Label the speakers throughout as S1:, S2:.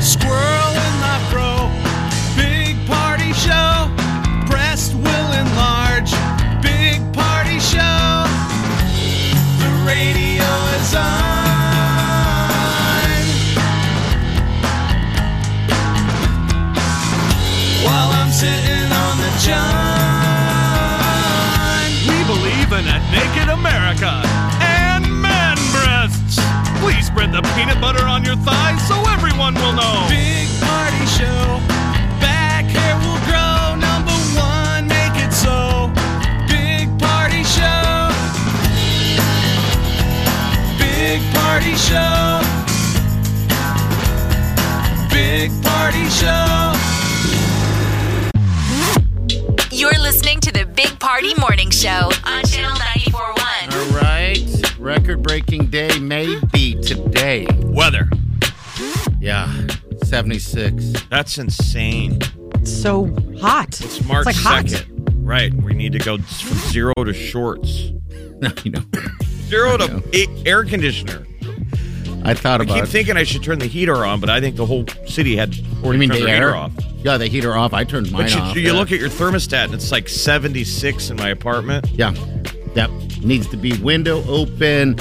S1: Squirrel in my fro, big party show. Breast will enlarge, big party show. The radio is on. While I'm sitting on the john. We believe in a naked America and man breasts. Please spread the peanut butter on your thighs so everyone will know. Big party show. Back hair will grow. Number one, make it so. Big party show. Big party show. Big party show.
S2: You're listening to the Big Party Morning Show on Channel 941.
S3: All right. Record breaking day may be today.
S1: Weather.
S3: Yeah. 76.
S1: That's insane.
S4: so hot.
S1: It's March
S4: like hot.
S1: 2nd. Right. We need to go from zero to shorts.
S3: No, you know,
S1: Zero to a- air conditioner.
S3: I thought
S1: I
S3: about
S1: keep thinking I should turn the heater on, but I think the whole city had
S3: What do you
S1: already
S3: mean
S1: turned
S3: the
S1: their
S3: air?
S1: heater off.
S3: Yeah, the heater off. I turned mine
S1: But you,
S3: off.
S1: you
S3: yeah.
S1: look at your thermostat and it's like 76 in my apartment.
S3: Yeah. Yep. Needs to be window open.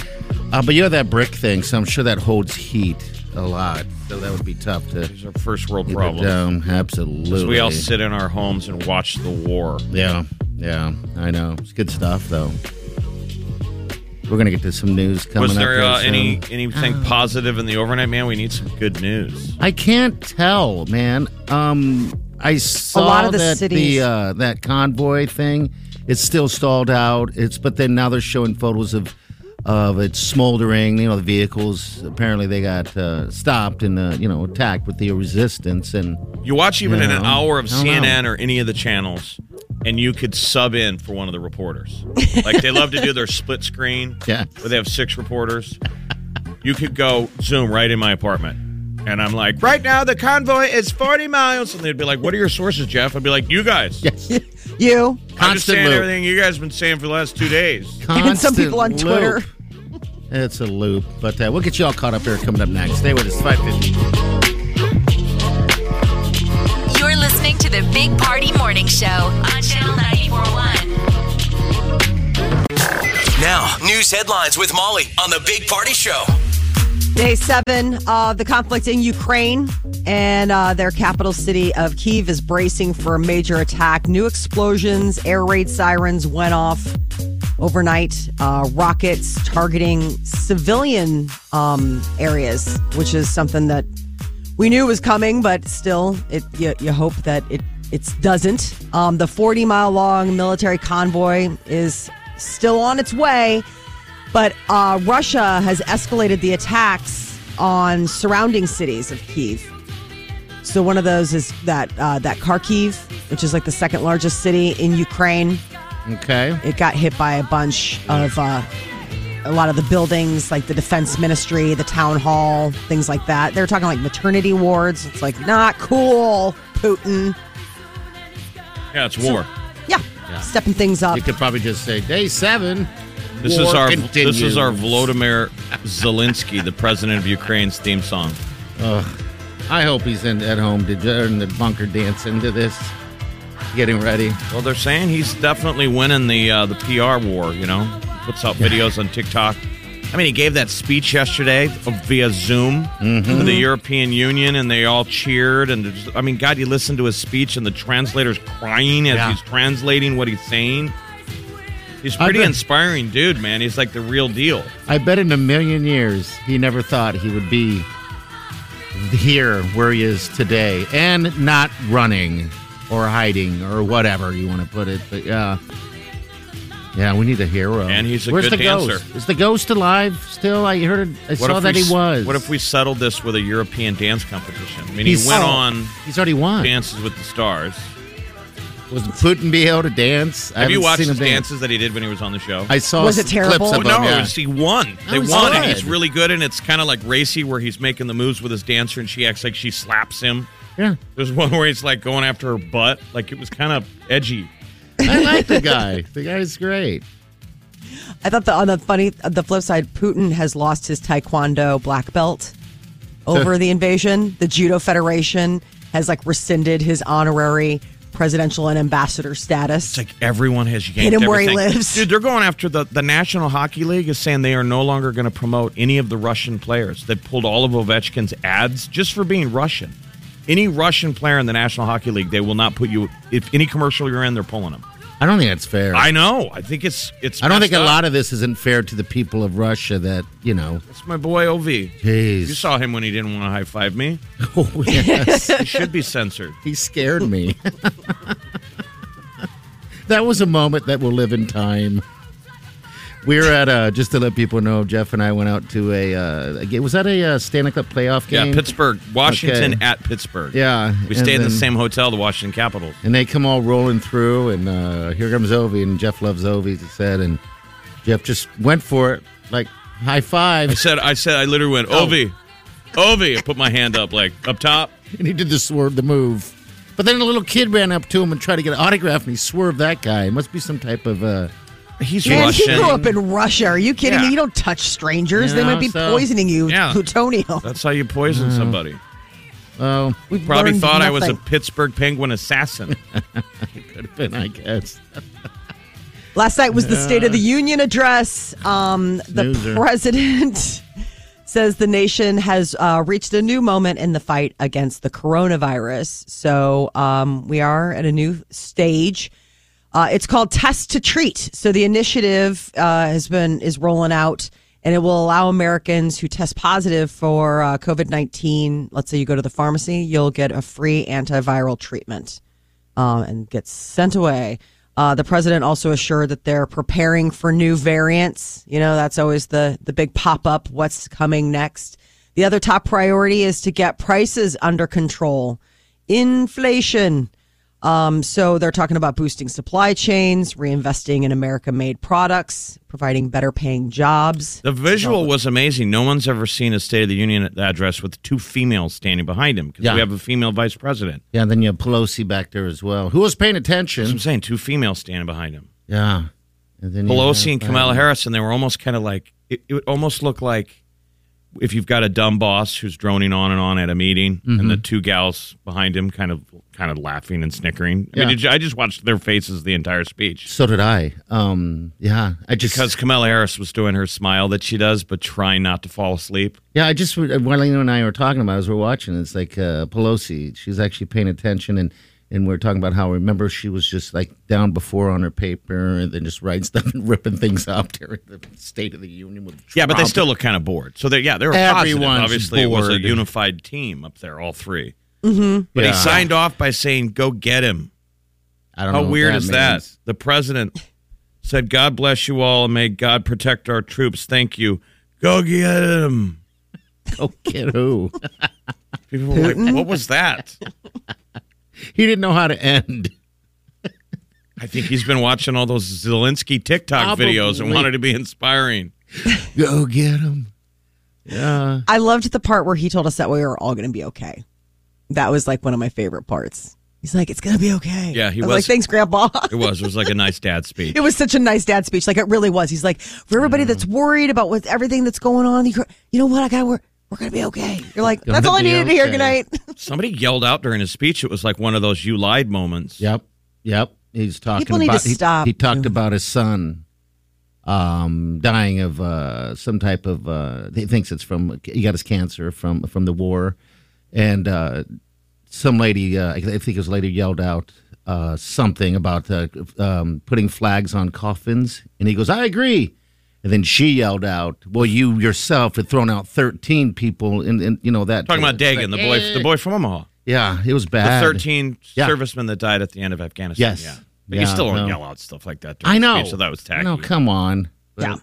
S3: Uh, but you know that brick thing, so I'm sure that holds heat a lot. So that would be tough to
S1: These are first world
S3: keep it
S1: problems.
S3: down. Absolutely.
S1: Because we all sit in our homes and watch the war.
S3: Yeah, yeah, I know. It's good stuff, though. We're gonna get to some news coming
S1: Was there
S3: up.
S1: uh,
S3: here
S1: any
S3: soon.
S1: anything
S4: Oh.
S1: positive in the overnight, man? We need some good news.
S3: I can't tell, man. Um, I saw
S4: lot of the
S3: that
S4: cities-
S3: the uh, that convoy thing. It's still stalled out. It's but then now they're showing photos of of it smoldering. You know, the vehicles. Apparently, they got uh, stopped and uh, you know attacked with the resistance and.
S1: You watch even in an
S3: Yeah,
S1: hour of
S3: I don't know.
S1: CNN or any of the channels, and you could sub in for one of the reporters. like they love to do their split screen,
S3: Yeah.
S1: where they have six reporters. You could go zoom right in my apartment, and I'm like, right now the convoy is 40 miles, and they'd be like, "What are your sources, Jeff?" I'd be like, "You guys."
S3: Yes.
S4: You.
S1: I'm just
S3: Constant
S1: saying
S3: loop.
S1: everything you guys have been saying for the last two days.
S4: And some people on
S3: Constant
S4: Twitter.
S3: loop. It's a loop, but uh, we'll get you all caught up here coming up next. Stay with us, 550.
S2: You're listening to the Big Party Morning Show on Channel 941.
S5: Now, news headlines with Molly on the Big Party Show.
S4: Day seven of the conflict in Ukraine and uh, their capital city of Kiev is bracing for a major attack. New explosions, air raid sirens went off overnight, uh, rockets targeting civilian um, areas, which is something that we knew was coming, but still, it you, you hope that it it doesn't. Um, the 40 mile long military convoy is still on its way. But uh, Russia has escalated the attacks on surrounding cities of Kiev. So one of those is that uh, that Kharkiv, which is like the second largest city in Ukraine.
S3: Okay.
S4: It got hit by a bunch of uh, a lot of the buildings, like the defense ministry, the town hall, things like that. They're talking like maternity wards. It's like not cool, Putin.
S1: Yeah, it's war.
S4: Yeah, stepping things up.
S3: You could probably just say day seven.
S1: This
S3: war
S1: is our
S3: continues.
S1: this is our Volodymyr Zelensky, the president of Ukraine's theme song.
S3: I hope he's in at home to in the bunker dancing to this, getting ready.
S1: Well, they're saying he's definitely winning the uh, the PR war. You know, He puts out videos on TikTok. I mean, he gave that speech yesterday of- via Zoom to
S3: Mm-hmm.
S1: the European Union, and they all cheered. And there's- I mean, God, you listen to his speech, and the translator's crying as
S3: Yeah.
S1: he's translating what he's saying. He's
S3: I
S1: pretty
S3: bet-
S1: inspiring, dude, man. He's like the real deal.
S3: I bet in a million years he never thought he would be here where he is today, and not running or hiding or whatever you want to put it. But yeah, uh, Yeah, we need a hero.
S6: And he's a
S3: Where's
S6: good
S3: the
S6: dancer.
S3: Ghost? Is the ghost alive still? I heard. I saw
S6: if
S3: that
S6: we s-
S3: he was.
S6: What if we settled this with a European dance competition? I mean,
S3: He's-
S6: he went
S3: oh.
S6: on
S3: He's already won.
S6: Dances with the Stars.
S3: Was Putin be able to dance? I
S6: Have you
S3: haven't
S6: watched
S3: seen
S6: his
S3: him dance.
S6: dances that he did when he was on the show?
S3: I saw
S4: Was it
S3: s-
S4: terrible?
S3: clips of
S6: Oh, no,
S3: him. Yeah.
S6: it was, he won.
S3: That
S6: They
S3: was
S6: won, and
S3: good.
S6: he's really good. And it's kind of like racy, where he's making the moves with his dancer, and she acts like she slaps him.
S3: Yeah.
S6: There's one where he's like going after her butt. Like it was kind of edgy.
S3: I like the guy. The guy's great.
S4: I thought the, on the funny, the flip side, Putin has lost his taekwondo black belt over the invasion. The Judo Federation has like rescinded his honorary presidential and ambassador status.
S6: It's like everyone has yanked
S4: him where he
S6: everything.
S4: lives.
S6: Dude, they're going after the, the National Hockey League is saying they are no longer going to promote any of the Russian players. They pulled all of Ovechkin's ads just for being Russian. Any Russian player in the National Hockey League, they will not put you. If any commercial you're in, they're pulling them.
S3: I don't think that's fair.
S6: I know. I think it's it's.
S3: I don't think
S6: messed
S3: a
S6: up.
S3: lot of this isn't fair to the people of Russia that, you know.
S6: It's my boy Ov.
S3: Jeez.
S6: You saw him when he didn't want to high five me.
S3: Oh, yes.
S6: He should be censored.
S3: he scared me. that was a moment that will live in time. We were at, uh, just to let people know, Jeff and I went out to a, uh, a game. Was that a uh, Stanley Cup playoff game?
S6: Yeah, Pittsburgh, Washington
S3: Okay.
S6: at Pittsburgh.
S3: Yeah,
S6: we
S3: and
S6: stayed in the
S3: then-
S6: same hotel, the Washington Capitals.
S3: And they come all rolling through, and uh, here comes Ovi, and Jeff loves Ovi, as he said, and Jeff just went for it, like high
S6: I
S3: five,
S6: said, I said, I literally went, Ovi, Ovi. I put my hand up, like up top.
S3: and he did the swerve, the move. But then a little kid ran up to him and tried to get an autograph, and he swerved that guy. It must be some type of. Uh,
S6: He's
S4: Man,
S6: Russian.
S4: he grew up in Russia. Are you kidding
S6: Yeah.
S4: me? You don't touch strangers.
S3: You
S4: they
S3: know,
S4: might be
S3: so-
S4: poisoning you with
S6: Yeah.
S4: plutonium.
S6: That's how you poison somebody.
S3: oh,
S4: We've
S6: Probably
S4: learned
S6: thought I was a
S4: nothing.
S6: Pittsburgh Penguin assassin.
S3: then I guess.
S4: Last night was the State of the Union address. Um, the
S3: Snoozer.
S4: president says the nation has uh, reached a new moment in the fight against the coronavirus. So um, we are at a new stage. Uh, it's called Test to Treat. So the initiative uh, has been is rolling out, and it will allow Americans who test positive for uh, COVID nineteen. Let's say you go to the pharmacy, you'll get a free antiviral treatment um, and gets sent away. Uh, the president also assured that they're preparing for new variants. You know, that's always the the big pop up. What's coming next? The other top priority is to get prices under control, inflation. Um, so they're talking about boosting supply chains, reinvesting in America made products, providing better paying jobs.
S6: The visual was amazing. No one's ever seen a State of the Union address with two females standing behind him because
S3: Yeah.
S6: we have a female vice president.
S3: Yeah, then you have Pelosi back there as well. Who was paying
S6: That's what I'm
S3: attention?
S6: saying. Two females standing behind him.
S3: Yeah. And then you
S6: Pelosi and
S3: have, uh,
S6: Kamala Harrison, they were almost kind of like it, it would almost look like if you've got a dumb boss who's droning on and on at a meeting, and the two gals behind him kind of kind of laughing and snickering. I
S3: Yeah.
S6: mean, did you, I just watched their faces the entire speech
S3: So did I. Um, yeah, I just
S6: because Kamala Harris was doing her smile that she does, but trying not to fall asleep.
S3: Yeah, I just while Lena and I were talking about it, as we're watching, it's like uh, Pelosi. She's actually paying attention, and and we are talking about how remember she was just like down before on her paper, and then just writing stuff and ripping things up during the State of the Union. With
S6: Yeah, but they
S3: Trump.
S6: still look kind of bored. So they yeah, they were positive.
S3: Everyone's
S6: Obviously, it was a
S3: bored.
S6: unified team up there, all 3 Mm-hmm. But
S3: Yeah.
S6: he signed off by saying, "Go get him."
S3: I don't
S6: How
S3: know what
S6: weird is that?
S3: means.
S6: The president said, God bless you all and may God protect our troops. Thank you. Go get him.
S3: Oh, kid, who?
S6: People were like, what was that?
S3: he didn't know how to end.
S6: I think he's been watching all those Zelensky TikTok videos and
S3: Probably.
S6: wanted to be inspiring.
S3: Go get him. Yeah,
S4: I loved the part where he told us that we were all going to be okay. That was like one of my favorite parts. He's like, "It's going to be okay."
S6: Yeah, he
S4: I
S6: was-
S4: like, "Thanks, Grandpa."
S6: It was. It was like a nice dad speech.
S4: It was such a nice dad speech. Like it really was. He's like, for everybody that's
S3: Mm-hmm.
S4: worried about what everything that's going on, you, you know what? I got we're we're gonna be okay. You're like,
S3: Gonna
S4: that's all I
S3: be
S4: needed to hear.
S3: okay.
S4: Good night.
S6: Somebody yelled out during his speech. It was like one of those you lied moments.
S3: yep, yep. He's talking
S4: People need to
S3: about he-
S4: stop
S3: He, talked
S4: doing-
S3: about his son um, dying of uh, some type of. Uh, he thinks it's from he got his cancer from from the war, and uh, some lady, uh, I think it was a lady, yelled out uh, something about uh, um, putting flags on coffins, and he goes, "I agree." And then she yelled out, "Well, you yourself had thrown out thirteen people, and, and you know that."
S6: Talking about Dagan, the boy, the boy from Omaha,
S3: Yeah, it was
S6: the
S3: bad.
S6: thirteen
S3: Yeah.
S6: servicemen that died at the end of Afghanistan.
S3: Yes.
S6: Yeah. But you
S3: Yeah,
S6: still don't
S3: no.
S6: yell out stuff like that. during
S3: I know.
S6: Speech, so that was tacky.
S3: No, come on.
S4: Yeah.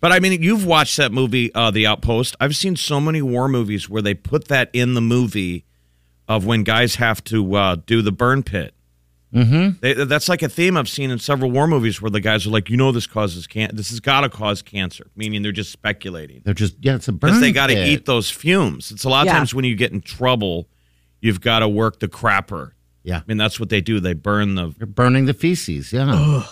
S6: But I mean, you've watched that movie, uh, The Outpost. I've seen so many war movies where they put that in the movie of when guys have to uh, do the burn pit. Mm-hmm. They, that's like a theme I've seen in several war movies where the guys are like, you know, this causes can- this has got to cause cancer, meaning they're just speculating
S3: They're just yeah, it's a burn.
S6: because they got to
S3: pit.
S6: eat those fumes. It's a lot of
S4: Yeah.
S6: times when you get in trouble, you've got to work the crapper.
S3: Yeah.
S6: I mean, that's what they do. They burn the
S3: They're burning the feces. Yeah,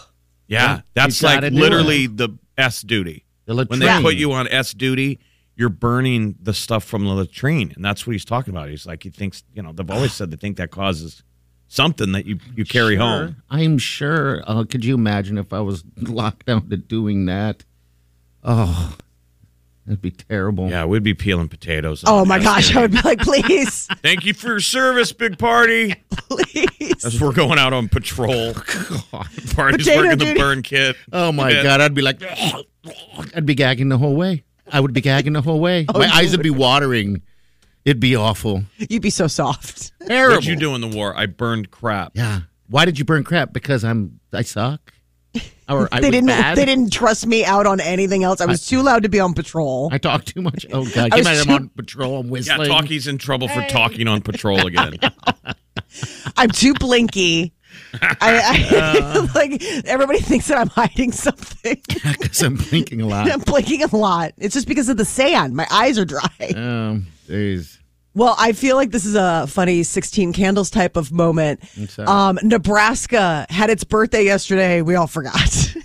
S6: yeah, that's
S3: You
S6: like
S3: gotta do
S6: literally the S duty.
S3: The
S6: when they
S3: latrine.
S6: put you on S duty, you're burning the stuff from the latrine, and that's what he's talking about. He's like, he thinks you know they've always said they think that causes something that you you carry
S3: Sure.
S6: home.
S3: I'm sure. Uh, could you imagine if I was locked down to doing that? Oh, that'd be terrible.
S6: Yeah, we'd be peeling potatoes.
S4: Oh
S6: on
S4: my
S6: S
S4: gosh,
S6: duty.
S4: I would be like, please,
S6: Thank you for your service, big party.
S4: please.
S6: As we're going out on patrol, party's
S4: Potato
S6: working the
S4: duty.
S6: burn kit.
S3: Oh my
S6: Yeah.
S3: god, I'd be like, I'd be gagging the whole way. I would be gagging the whole
S4: Oh,
S3: way. my eyes would be watering. It'd be awful.
S4: You'd be so soft.
S3: Terrible.
S6: What'd you do in the war? I burned crap.
S3: Yeah. Why did you burn crap? Because I'm I suck. Or I
S4: They
S3: was
S4: didn't.
S3: bad?
S4: They didn't trust me out on anything else. I was too loud to be on patrol.
S3: I talk too much. Oh god, Can you
S4: was
S3: imagine
S4: too-
S3: I'm on patrol. I'm
S6: Yeah,
S3: whistling.
S6: talkie's in trouble for talking on patrol again.
S4: I'm too blinky. I,
S3: Uh.
S4: I like everybody thinks that I'm hiding something.
S3: because I'm blinking a lot.
S4: I'm blinking a lot. It's just because of the sand. My eyes are dry.
S3: Um, jeez.
S4: Well, I feel like this is a funny 16 candles type of moment.
S3: sorry.
S4: Um, Nebraska had its birthday yesterday. We all forgot.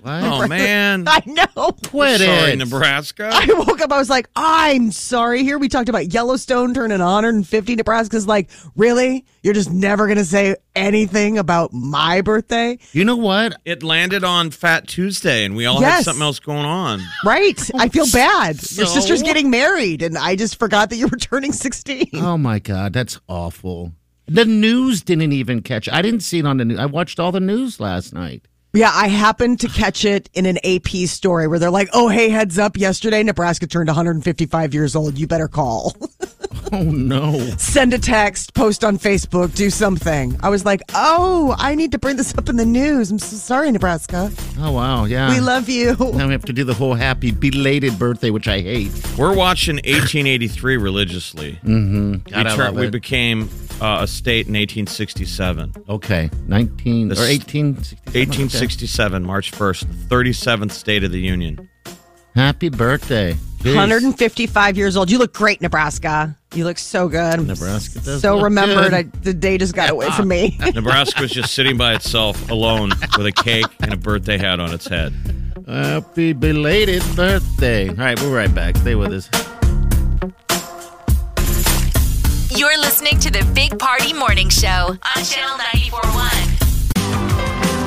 S3: What?
S6: oh man,
S4: I know.
S3: Quit
S6: sorry,
S3: it.
S6: Nebraska.
S4: I woke up. I was like, I'm sorry. Here we talked about Yellowstone turning 150. Nebraska's like, really? You're just never going to say anything about my birthday?
S3: You know what?
S6: It landed on Fat Tuesday, and we all had
S4: Yes.
S6: something else going on.
S4: Right. I feel bad. Your
S3: So-
S4: sister's getting married, and I just forgot that you were turning 16.
S3: Oh my god, that's awful. The news didn't even catch. I didn't see it on the news. I watched all the news last night.
S4: Yeah, I happened to catch it in an AP story where they're like, "Oh, hey, heads up! Yesterday, Nebraska turned 155 years old. You better call,
S3: Oh no.
S4: send a text, post on Facebook, do something." I was like, "Oh, I need to bring this up in the news. I'm so sorry, Nebraska.
S3: Oh wow. Yeah.
S4: We love you."
S3: Now we have to do the whole happy belated birthday, which I hate.
S6: We're watching 1883 religiously. Mm-hmm.
S3: God,
S6: we,
S3: I love
S6: we
S3: it.
S6: became uh, a state in 1867.
S3: Okay, nineteen
S6: The
S3: or
S6: s-
S3: eighteen.
S6: 1867, March 1st, the 37th state of the union.
S3: Happy birthday. Jeez.
S4: 155 years old. You look great, Nebraska. You look so good.
S3: Nebraska does
S4: so
S3: look
S4: remembered.
S3: good.
S4: I, the day just got away from me.
S6: Nebraska was just sitting by itself, alone, with a cake and a birthday hat on its head.
S3: Happy belated birthday. All right, we're right back. Stay with us.
S2: You're listening to the Big Party Morning Show on Channel 941.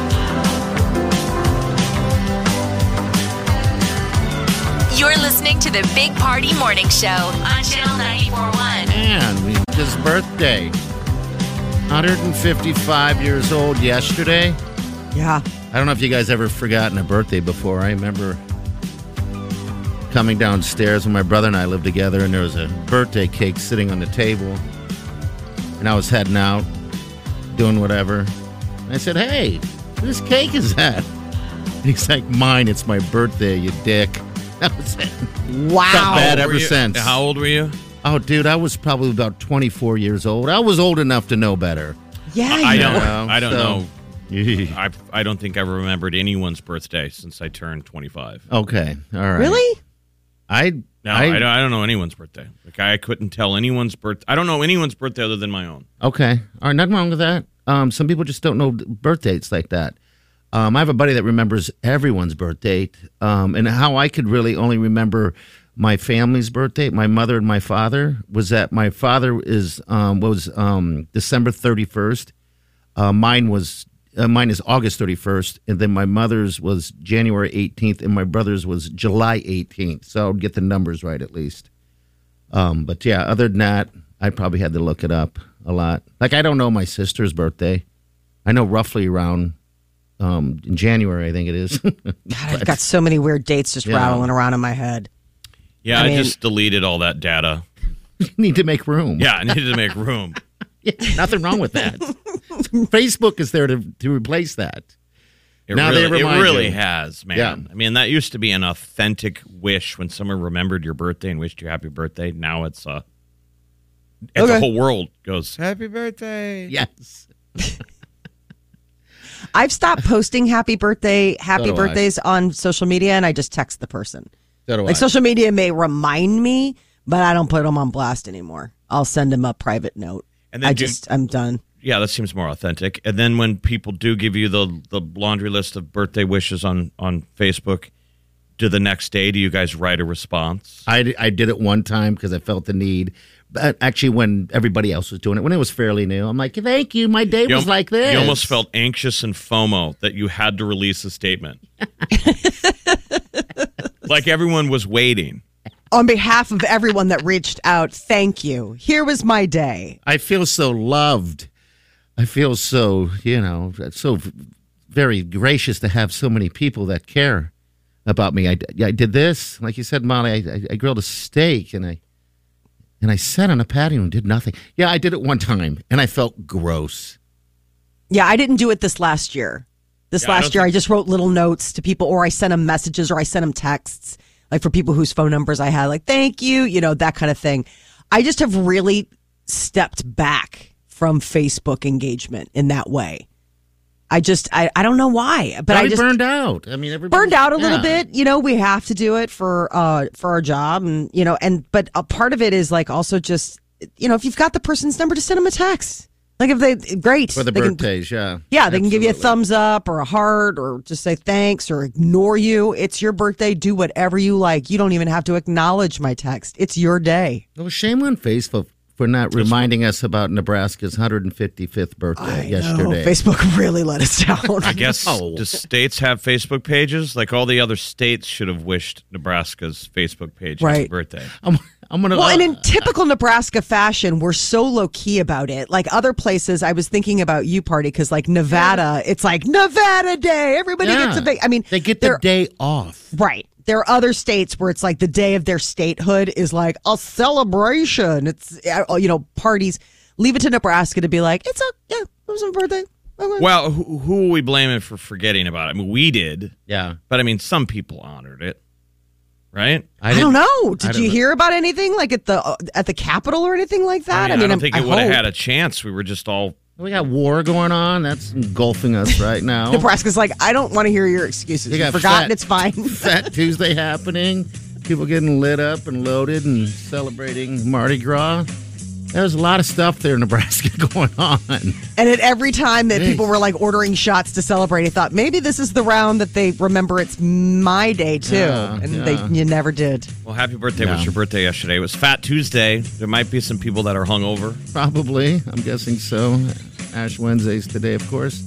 S2: You're listening to the Big Party Morning Show on Channel 941.
S3: And we his birthday. 155 years old yesterday.
S4: yeah.
S3: I don't know if you guys ever forgotten a birthday before. I remember coming downstairs when my brother and I lived together, and there was a birthday cake sitting on the table. And I was heading out, doing whatever. And I said, Hey, whose cake is that? And he's like, Mine, it's my birthday, you dick. That was it.
S4: Wow.
S3: bad
S6: Were
S3: ever
S6: you-
S3: since.
S6: How old were you?
S3: Oh, dude, I was probably about 24 years old. I was old enough to know better.
S4: Yeah.
S6: I
S4: you-
S6: don't.
S3: know,
S6: I don't
S3: so-
S6: know. I I don't think I remembered anyone's birthday since I turned 25.
S3: okay, all right.
S4: Really?
S3: I
S6: No, I, don't, I don't know anyone's birthday. Like I couldn't tell anyone's birth. I don't know anyone's birthday other than my own.
S3: Okay. All right. Nothing wrong with that. Um, some people just don't know birth dates like that. Um, I have a buddy that remembers everyone's birth date, um, and how I could really only remember my family's birth date, my mother and my father, was that my father is um, was um, December thirty first. Uh, mine was uh, mine is August thirty first, and then my mother's was January eighteenth, and my brother's was July eighteenth. So I would get the numbers right at least. Um, but yeah, other than that, I probably had to look it up a lot. Like I don't know my sister's birthday. I know roughly around um, in January, I think it is.
S4: God, I've got so many weird dates just
S3: Yeah.
S4: rattling around in my head.
S6: Yeah, I,
S4: I mean-
S6: just deleted all that data.
S3: Need to make room.
S6: Yeah, I needed to make room.
S3: Nothing wrong with that. Facebook is there to, to replace that.
S6: It
S3: Now they
S6: really, it
S3: remind
S6: really
S3: you.
S6: has, man.
S3: Yeah.
S6: I mean, that used to be an authentic wish when someone remembered your birthday and wished you happy birthday. Now it's uh, and
S4: Okay.
S6: the whole world goes happy birthday.
S3: Yes.
S4: I've stopped posting happy birthday, happy
S3: do I.
S4: birthdays on social media, and I just text the person.
S3: So do
S4: Like
S3: I.
S4: social media may remind me, but I don't put them on blast anymore. I'll send them a private note.
S6: And
S4: And
S6: then
S4: I
S6: do-
S4: just I'm done.
S6: Yeah, that seems more authentic. And then when people do give you the the laundry list of birthday wishes on on Facebook, do the next day do you guys write a response?
S3: I, d- I did it one time because I felt the need. But actually, when everybody else was doing it, when it was fairly new, I'm like, thank you. My day
S6: You
S3: was
S6: al-
S3: like this.
S6: You almost felt anxious and FOMO that you had to release a statement. like everyone was waiting.
S4: On behalf of everyone that reached out, thank you. Here was my day.
S3: I feel so loved. I feel so, you know, so v- very gracious to have so many people that care about me. I, d- I did this, like you said, Molly. I, I, I grilled a steak and I and I sat on a patio and did nothing. Yeah, I did it one time and I felt gross.
S4: Yeah, I didn't do it this last year. This
S6: I
S4: last
S6: don't
S4: year, I just wrote little notes to people, or I sent them messages, or I sent them texts, like for people whose phone numbers I had, like "thank you," you know, that kind of thing. I just have really stepped back from Facebook engagement in that way. I just, I, I don't know why, but I
S3: Probably
S4: just
S3: burned out. I mean, everybody
S4: burned out a little
S3: Yeah.
S4: bit. You know, we have to do it for uh for our job, and you know, and but a part of it is like also just, you know, if you've got the person's number, just send them a text. Like if they great
S3: for the
S4: They can-
S3: birthdays. yeah,
S4: yeah, they can give you a
S3: Absolutely.
S4: thumbs up or a heart or just say thanks or ignore you. It's your birthday. Do whatever you like. You don't even have to acknowledge my text. It's your day.
S3: Well, shame on Facebook for not reminding us about Nebraska's 155th birthday yesterday.
S4: Oh, Facebook really let us down.
S6: I guess
S3: No.
S6: do states have Facebook pages? Like all the other states should have wished Nebraska's Facebook page happy
S4: Right.
S6: birthday.
S3: I'm, I'm gonna. uh,
S4: Well, and in typical Nebraska fashion, we're so low key about it. Like other places, I was thinking about you party because, like Nevada, it's like Nevada Day. Everybody
S3: Yeah.
S4: gets a big. I mean,
S3: they get their
S4: they're-
S3: day off.
S4: Right. There are other states where it's like the day of their statehood is like a celebration. It's, uh, you know, parties. Leave it to Nebraska to be like, it's a, yeah, it was my birthday. Okay.
S6: Well, who, who are we blaming for forgetting about it? I mean, we did,
S3: Yeah,
S6: but I mean, some people honored it, right?
S4: I don't
S3: didn't-
S4: know. Did
S3: I don't
S4: you
S3: know.
S4: hear about anything like at the uh, at the Capitol or anything like
S6: I,
S4: that?
S6: mean, I don't think
S4: I
S6: it would have
S4: hope.
S6: had a chance. We were just all
S3: We got war going on. That's engulfing us right now.
S4: Nebraska's like, I don't want to hear your excuses.
S3: You
S4: You've
S3: got
S4: forgotten.
S3: fat-
S4: It's fine.
S3: Fat Tuesday happening. People getting lit up and loaded and celebrating Mardi Gras. There's a lot of stuff there in Nebraska going on.
S4: And at every time that
S3: Jeez.
S4: people were like ordering shots to celebrate, I thought maybe this is the round that they remember it's my day too,
S3: Yeah,
S4: and
S3: yeah.
S4: they you never did.
S6: well. Happy birthday
S3: No.
S6: was your birthday yesterday. It was Fat Tuesday. There might be some people that are hungover.
S3: Probably. I'm guessing so. Ash Wednesday's today, of course.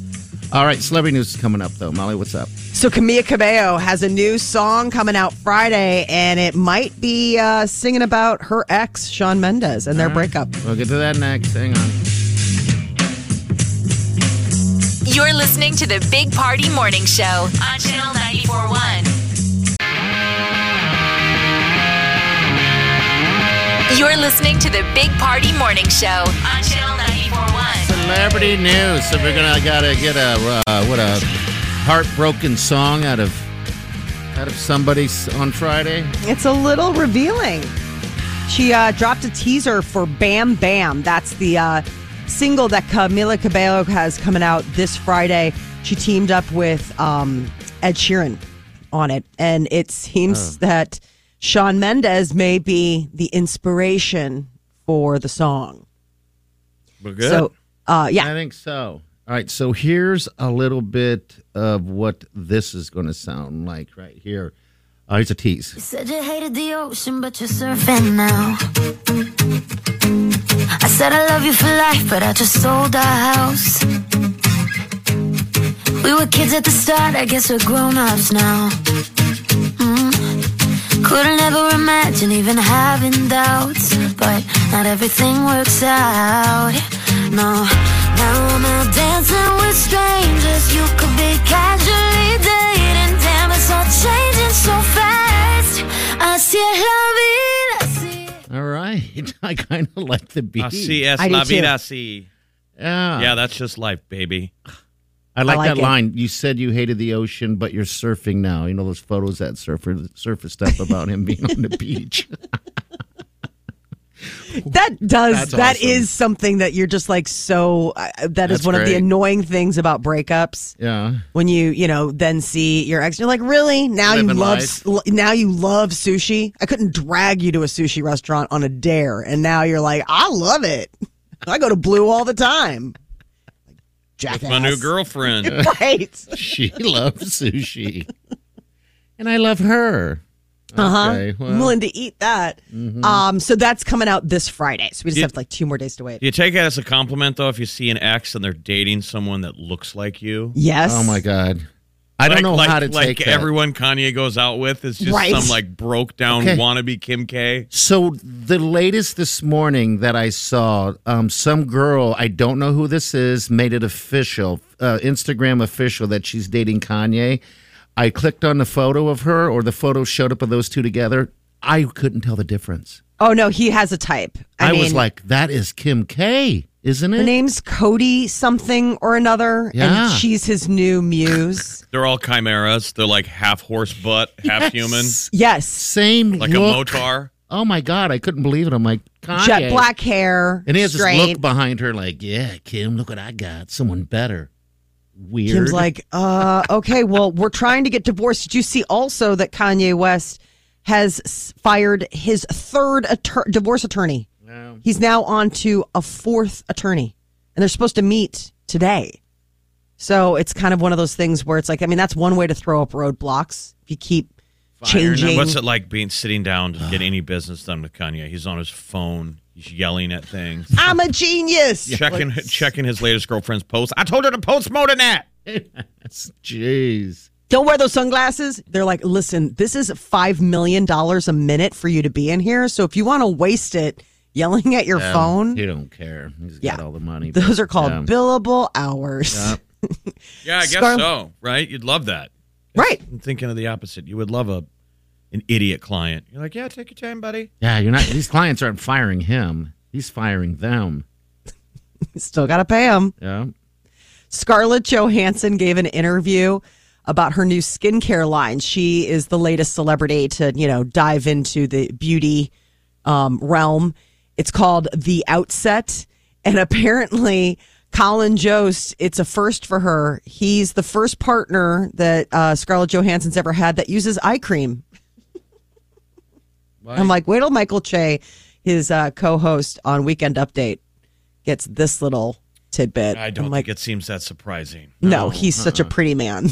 S3: All right, celebrity news is coming up, though. Molly, what's up?
S4: So Camila Cabello has a new song coming out Friday, and it might be uh, singing about her ex Sean Mendez and their breakup.
S3: We'll get to that next. Hang on.
S2: You're listening to the Big Party Morning Show on Channel 941. You're listening to the Big Party Morning Show on Channel 941.
S3: Celebrity news. So we're gonna gotta get a uh, what a heartbroken song out of out of somebody s- on Friday.
S4: It's a little revealing. She uh, dropped a teaser for Bam Bam. That's the uh, single that Camila Cabello has coming out this Friday. She teamed up with um, Ed Sheeran on it. And it seems that Sean Mendez may be the inspiration for the song.
S6: We're good.
S4: So, uh, yeah.
S3: I think so. All right, so here's a little bit of what this is going to sound like right here. Uh, here's a tease.
S7: Said you hated the ocean, but you're surfing now. I said I love you for life, but I just sold our house. We were kids at the start, I guess we're grown ups now. Mm. Couldn't ever imagine even having doubts, but not everything works out. No, now I'm out dancing with strangers. You could be casually dating, damn, it's all changing so fast. I see it, love it, I see it.
S3: All right. did. I kind of like the beat.
S6: Así Ah, es
S4: I do
S6: la
S4: too.
S6: vida, así.
S3: Yeah.
S6: Yeah, that's just life, baby.
S3: I like,
S4: like
S3: that
S4: it.
S3: line. You said you hated the ocean, but you're surfing now. You know those photos that surfer surfaced up about him being on the beach.
S4: That does
S3: That's
S4: that is
S3: awesome.
S4: something that you're just like so. Uh, that is
S3: That's
S4: one of the
S3: great.
S4: annoying things about breakups.
S3: Yeah.
S4: When you you know then see your ex, you're like, really? Now you
S3: Living
S4: love
S3: life.
S4: s- l- now you love sushi. I couldn't drag you to a sushi restaurant on a dare, and now you're like, I love it. I go to Blue all the time. Jackass.
S6: My new girlfriend.
S4: Right.
S3: She loves sushi. And I love her.
S4: Uh-huh.
S3: Okay, well. Mm-hmm.
S4: I'm willing to eat that. Um, so that's coming out this Friday. So we just have like two more days to wait.
S6: Do you take it as a compliment though if you see an ex and they're dating someone that looks like you?
S4: yes.
S3: Oh my god. I don't
S6: Like-
S3: know
S6: like,
S3: how to
S6: like
S3: take that.
S6: everyone Kanye goes out with is just
S4: Right.
S6: some like broke down
S3: Okay.
S6: wannabe Kim K.
S3: So the latest this morning that I saw, um, some girl I don't know who this is made it official, uh, Instagram official that she's dating Kanye. I clicked on the photo of her, or the photo showed up of those two together. I couldn't tell the difference.
S4: Oh no, he has a type.
S3: I,
S4: I, mean,
S3: was like, "That is Kim K, isn't
S4: her
S3: it?"
S4: name's Cody something or another,
S3: Yeah.
S4: and she's his new muse.
S6: They're all chimeras. They're like half horse butt, half human,
S3: S-
S4: yes,
S3: Same
S6: like
S3: look.
S6: a Motar.
S3: Oh my god, I couldn't believe it. I'm like Kanye,
S4: jet black hair,
S3: and he has
S4: straight.
S3: this look behind her, like, "Yeah, Kim, look what I got. Someone better." Weird.
S4: Kim's like, uh, okay, well, we're trying to get divorced. Did you see also that Kanye West has s- fired his third attor- divorce attorney? He's now on to a fourth attorney, and they're supposed to meet today. So it's kind of one of those things where it's like, I mean, that's one way to throw up roadblocks. If you keep changing,
S6: What's it like being sitting down to get any business done with Kanye? He's on his phone. He's yelling at things.
S4: I'm a genius.
S6: checking checking his latest girlfriend's post. I told her to post more than that.
S3: Jeez.
S4: Don't wear those sunglasses. They're like, listen, this is five million dollars a minute for you to be in here. So if you want to waste it yelling at your phone,
S3: He don't care. He's
S4: Yeah.
S3: got all the money.
S4: those are called
S3: Yeah.
S4: billable hours.
S6: Yeah, I guess
S4: Scar-
S6: so. Right? You'd love that.
S4: Right.
S6: I'm thinking of the opposite. You would love a an idiot client. You're like, yeah, take your time, buddy.
S3: Yeah, you're not. These clients aren't firing him. He's firing them.
S4: Still got to pay them.
S3: Yeah.
S4: Scarlett Johansson gave an interview about her new skincare line. She is the latest celebrity to, you know, dive into the beauty um, realm. It's called The Outset. And apparently, Colin Jost, it's a first for her. He's the first partner that uh, Scarlett Johansson's ever had that uses eye cream. I'm like, wait till Michael Che, his uh, co host on Weekend Update, gets this little tidbit.
S6: I don't
S4: I'm like,
S6: think it seems that surprising.
S4: no, he's such
S3: uh-uh.
S4: a pretty man.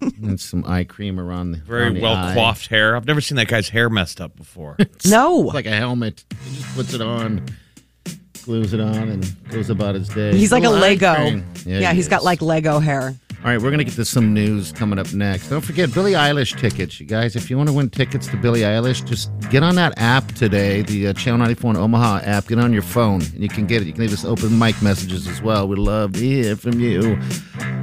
S3: And some eye cream around the
S6: Very
S3: around the
S6: well
S3: eye.
S6: coiffed hair. I've never seen that guy's hair messed up before.
S4: No.
S3: It's like a helmet. He just puts it on, glues it on, and goes about his day.
S4: He's like a
S3: Little eye
S4: Lego.
S3: cream.
S4: Yeah,
S3: he
S4: he's
S3: is.
S4: got like Lego hair.
S3: All right, we're gonna get to some news coming up next. Don't forget Billie Eilish tickets, you guys. If you want to win tickets to Billie Eilish, just get on that app today, the uh, Channel 94 in Omaha app. Get on your phone, and you can get it. You can leave us open mic messages as well. We'd love to hear from you.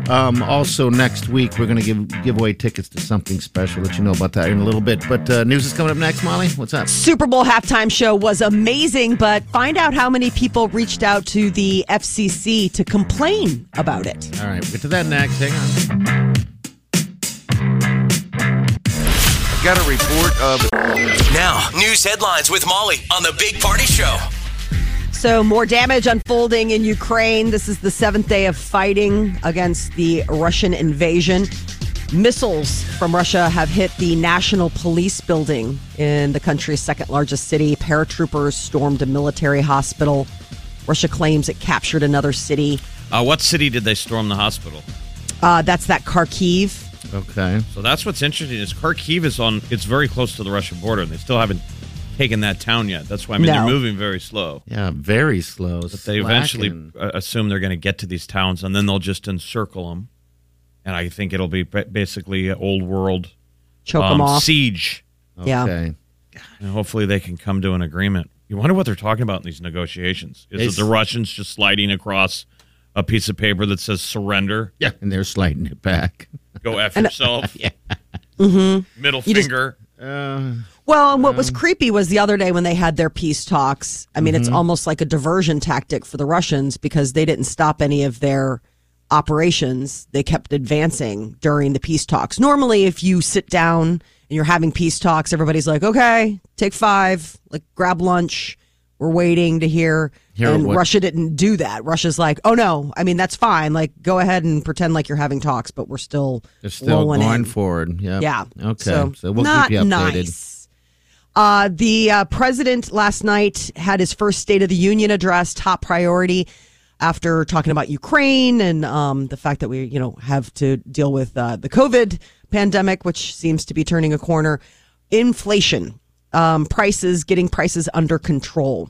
S3: Um, also, next week we're gonna give give away tickets to something special. Let you know about that in a little bit. But uh, news is coming up next, Molly. What's up?
S4: Super Bowl halftime show was amazing, but find out how many people reached out to the FCC to complain about it.
S3: All right, we'll get to that next. Hang on.
S8: I've got a report of
S5: Now, news headlines with Molly on the Big Party Show.
S4: So, more damage unfolding in Ukraine. This is the seventh day of fighting against the Russian invasion. Missiles from Russia have hit the National Police Building in the country's second largest city. Paratroopers stormed a military hospital. Russia claims it captured another city.
S6: Uh, what city did they storm the hospital?
S4: Uh, that's that Kharkiv.
S3: Okay.
S6: So that's what's interesting is Kharkiv is on. It's very close to the Russian border, and they still haven't taken that town yet. That's why I mean
S4: No.
S6: they're moving very slow.
S3: Yeah, very slow. But
S6: They eventually uh, assume they're going to get to these towns, and then they'll just encircle them. And I think it'll be ba- basically an old world
S4: Choke
S6: um,
S4: them off.
S6: siege,
S4: Yeah.
S3: Okay.
S6: and hopefully they can come to an agreement. You wonder what they're talking about in these negotiations. Is
S3: It's-
S6: it the Russians just sliding across a piece of paper that says surrender,
S3: Yeah. And they're sliding it back.
S6: go f yourself, middle
S4: Mm-hmm. You just-
S6: finger?
S4: Well, and what
S3: Mm-hmm.
S4: was creepy was the other day when they had their peace talks. I mean, it's almost like a diversion tactic for the Russians because they didn't stop any of their operations. They kept advancing during the peace talks. Normally, if you sit down and you're having peace talks, everybody's like, okay, take five, like grab lunch. We're waiting to hear.
S3: Hear
S4: and
S3: what-
S4: Russia didn't do that. Russia's like, oh no, I mean, that's fine. Like, go ahead and pretend like you're having talks, but we're still,
S3: They're still
S4: rolling
S3: going
S4: in.
S3: forward. Yeah.
S4: Yeah.
S3: Okay. So, we'll
S4: not
S3: keep you updated.
S4: Nice. Uh, the uh, president last night had his first State of the Union address, top priority, after talking about Ukraine and um, the fact that we, you know, have to deal with uh, the COVID pandemic, which seems to be turning a corner. Inflation, um, prices, getting prices under control.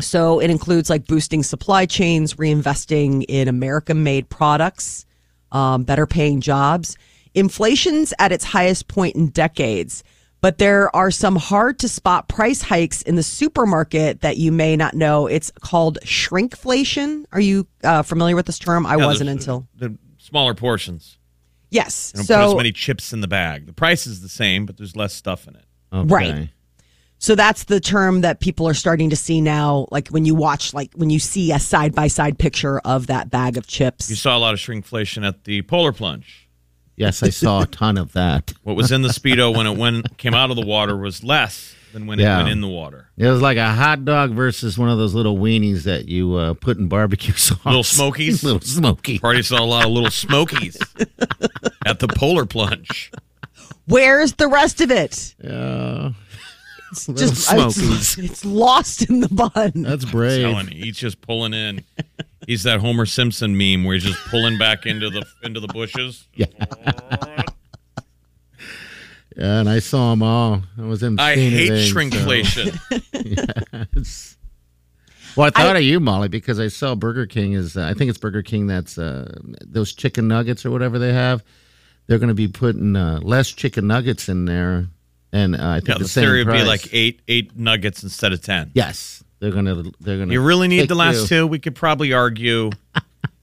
S4: So it includes like boosting supply chains, reinvesting in American made products, um, better paying jobs. Inflation's at its highest point in decades, but there are some hard to spot price hikes in the supermarket that you may not know. It's called shrinkflation. Are you uh, familiar with this term? I
S6: Yeah,
S4: wasn't
S6: there's-
S4: until.
S6: the smaller portions.
S4: Yes.
S6: They don't
S4: so
S6: put as many chips in the bag. The price is the same, but there's less stuff in it.
S3: Okay.
S4: Right. So that's the term that people are starting to see now. Like when you watch, like when you see a side by side picture of that bag of chips.
S6: You saw a lot of shrinkflation at the polar plunge.
S3: Yes, I saw a ton of that.
S6: What was in the speedo when it went came out of the water was less than when
S3: Yeah.
S6: it went in the water.
S3: It was like a hot dog versus one of those little weenies that you uh, put in barbecue sauce.
S6: Little Smokies?
S3: little smoky.
S6: Party saw a lot of little smokies at the polar plunge.
S4: Where's the rest of it?
S3: Yeah.
S4: It's
S3: Little
S4: just it's-
S3: Smokies.
S4: It's lost in the bun.
S3: That's
S6: Telling
S3: brave.
S6: you, he's just pulling in. He's that Homer Simpson meme where he's just pulling back into the into the bushes.
S3: Yeah, and I saw them all. I was in.
S6: I hate
S3: Phoenix, so-
S6: shrinkflation.
S3: Well, I thought of you, Molly, because I saw Burger King is. Uh, I think it's Burger King that's uh, those chicken nuggets or whatever they have. They're going to be putting uh, less chicken nuggets in there, and uh, I think
S6: Yeah,
S3: the,
S6: the
S3: same
S6: theory would be
S3: price.
S6: like eight eight nuggets instead of ten.
S3: Yes, they're gonna. They're gonna.
S6: You really need
S3: pick
S6: the last
S3: you.
S6: two. We could probably argue.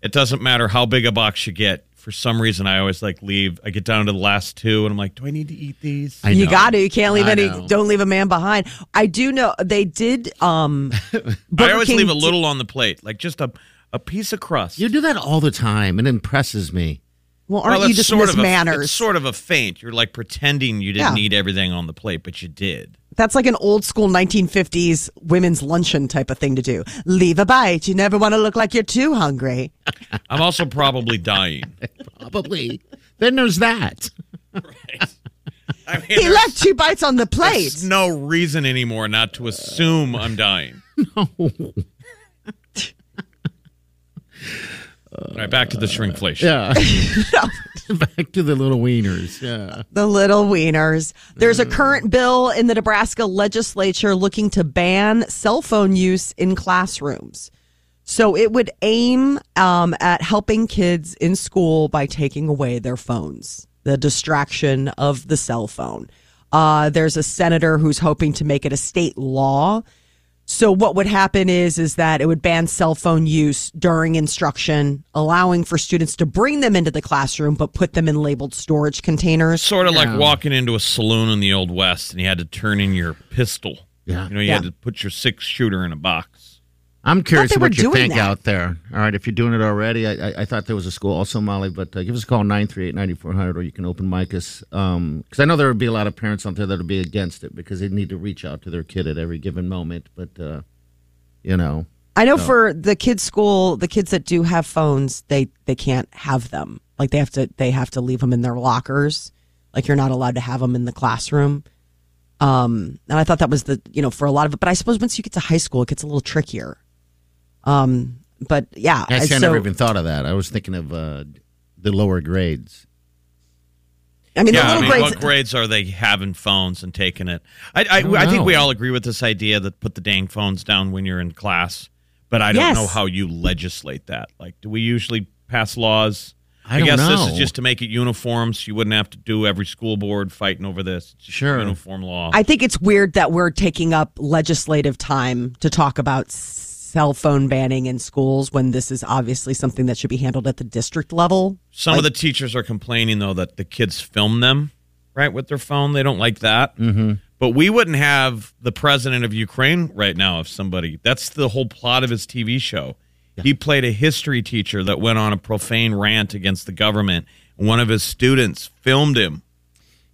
S6: it doesn't matter how big a box you get. For some reason, I always like leave. I get down to the last two, and I'm like, do I need to eat these?
S3: I
S4: You
S3: know.
S4: got to. You can't leave
S3: I
S4: any.
S3: know.
S4: Don't leave a man behind. I do know they did. Um,
S6: I
S4: Burger
S6: always
S4: King
S6: leave a
S4: did-
S6: little on the plate, like just a a piece of crust.
S3: You do that all the time. It impresses me.
S4: Well, aren't
S6: Well,
S4: you
S6: it's
S4: just
S6: sort of a-
S4: mismanners?
S6: it's sort of a feint. You're like pretending you didn't
S4: Yeah.
S6: eat everything on the plate, but you did.
S4: That's like an old school 1950s women's luncheon type of thing to do. Leave a bite. You never want to look like you're too hungry.
S6: I'm also probably dying.
S3: Probably. then there's that.
S6: I mean,
S4: He
S6: there's-
S4: left two bites on the plate.
S6: there's no reason anymore not to assume I'm dying. No. All right, back to the shrinkflation.
S3: Yeah. Back to the little wieners. Yeah.
S4: The little wieners. There's a current bill in the Nebraska legislature looking to ban cell phone use in classrooms. So it would aim um, at helping kids in school by taking away their phones, the distraction of the cell phone. Uh, there's a senator who's hoping to make it a state law. So what would happen is is that it would ban cell phone use during instruction, allowing for students to bring them into the classroom but put them in labeled storage containers.
S6: sort of like walking into a saloon in the old west and you had to turn in your pistol.
S3: Yeah.
S6: You know, you had
S4: Yeah.
S6: to put your six shooter in a box.
S3: I'm curious
S4: they
S3: what
S4: were
S3: you
S4: doing
S3: think
S4: that.
S3: out there. All right. If you're doing it already, I, I, I thought there was a school also, Molly, but uh, give us a call 938 9400 or you can open mic us. Because I know there would be a lot of parents out there that would be against it because they need to reach out to their kid at every given moment. But, uh, you know,
S4: I know for the kids school, the kids that do have phones, they they can't have them. Like they have to they have to leave them in their lockers. Like you're not allowed to have them in the classroom. Um, and I thought that was the you know for a lot of it, but I suppose once you get to high school, it gets a little trickier. Um, but yeah,
S3: I, see, I
S4: so-
S3: never even thought of that. I was thinking of uh, the lower grades.
S4: I mean,
S6: Yeah,
S4: the
S6: I
S4: little
S6: mean,
S4: grades.
S6: what grades are they having phones and taking it? I, I,
S3: don't
S6: I, think
S3: know.
S6: we all agree with this idea that put the dang phones down when you're in class, but I don't
S4: Yes.
S6: know how you legislate that. Like, do we usually pass laws?
S3: I don't
S6: guess
S3: know.
S6: this is just to make it uniform, so you wouldn't have to do every school board fighting over this. It's just a
S3: Sure.
S6: uniform law.
S4: I think it's weird that we're taking up legislative time to talk about s- cell phone banning in schools when this is obviously something that should be handled at the district level.
S6: Some of the teachers are complaining though that the kids film them right, with their phone. They don't like that. Mm-hmm. But we wouldn't have the president of Ukraine right now if somebody. That's the whole plot of his TV show. He played a history teacher that went on a profane rant against the government. One of his students filmed him.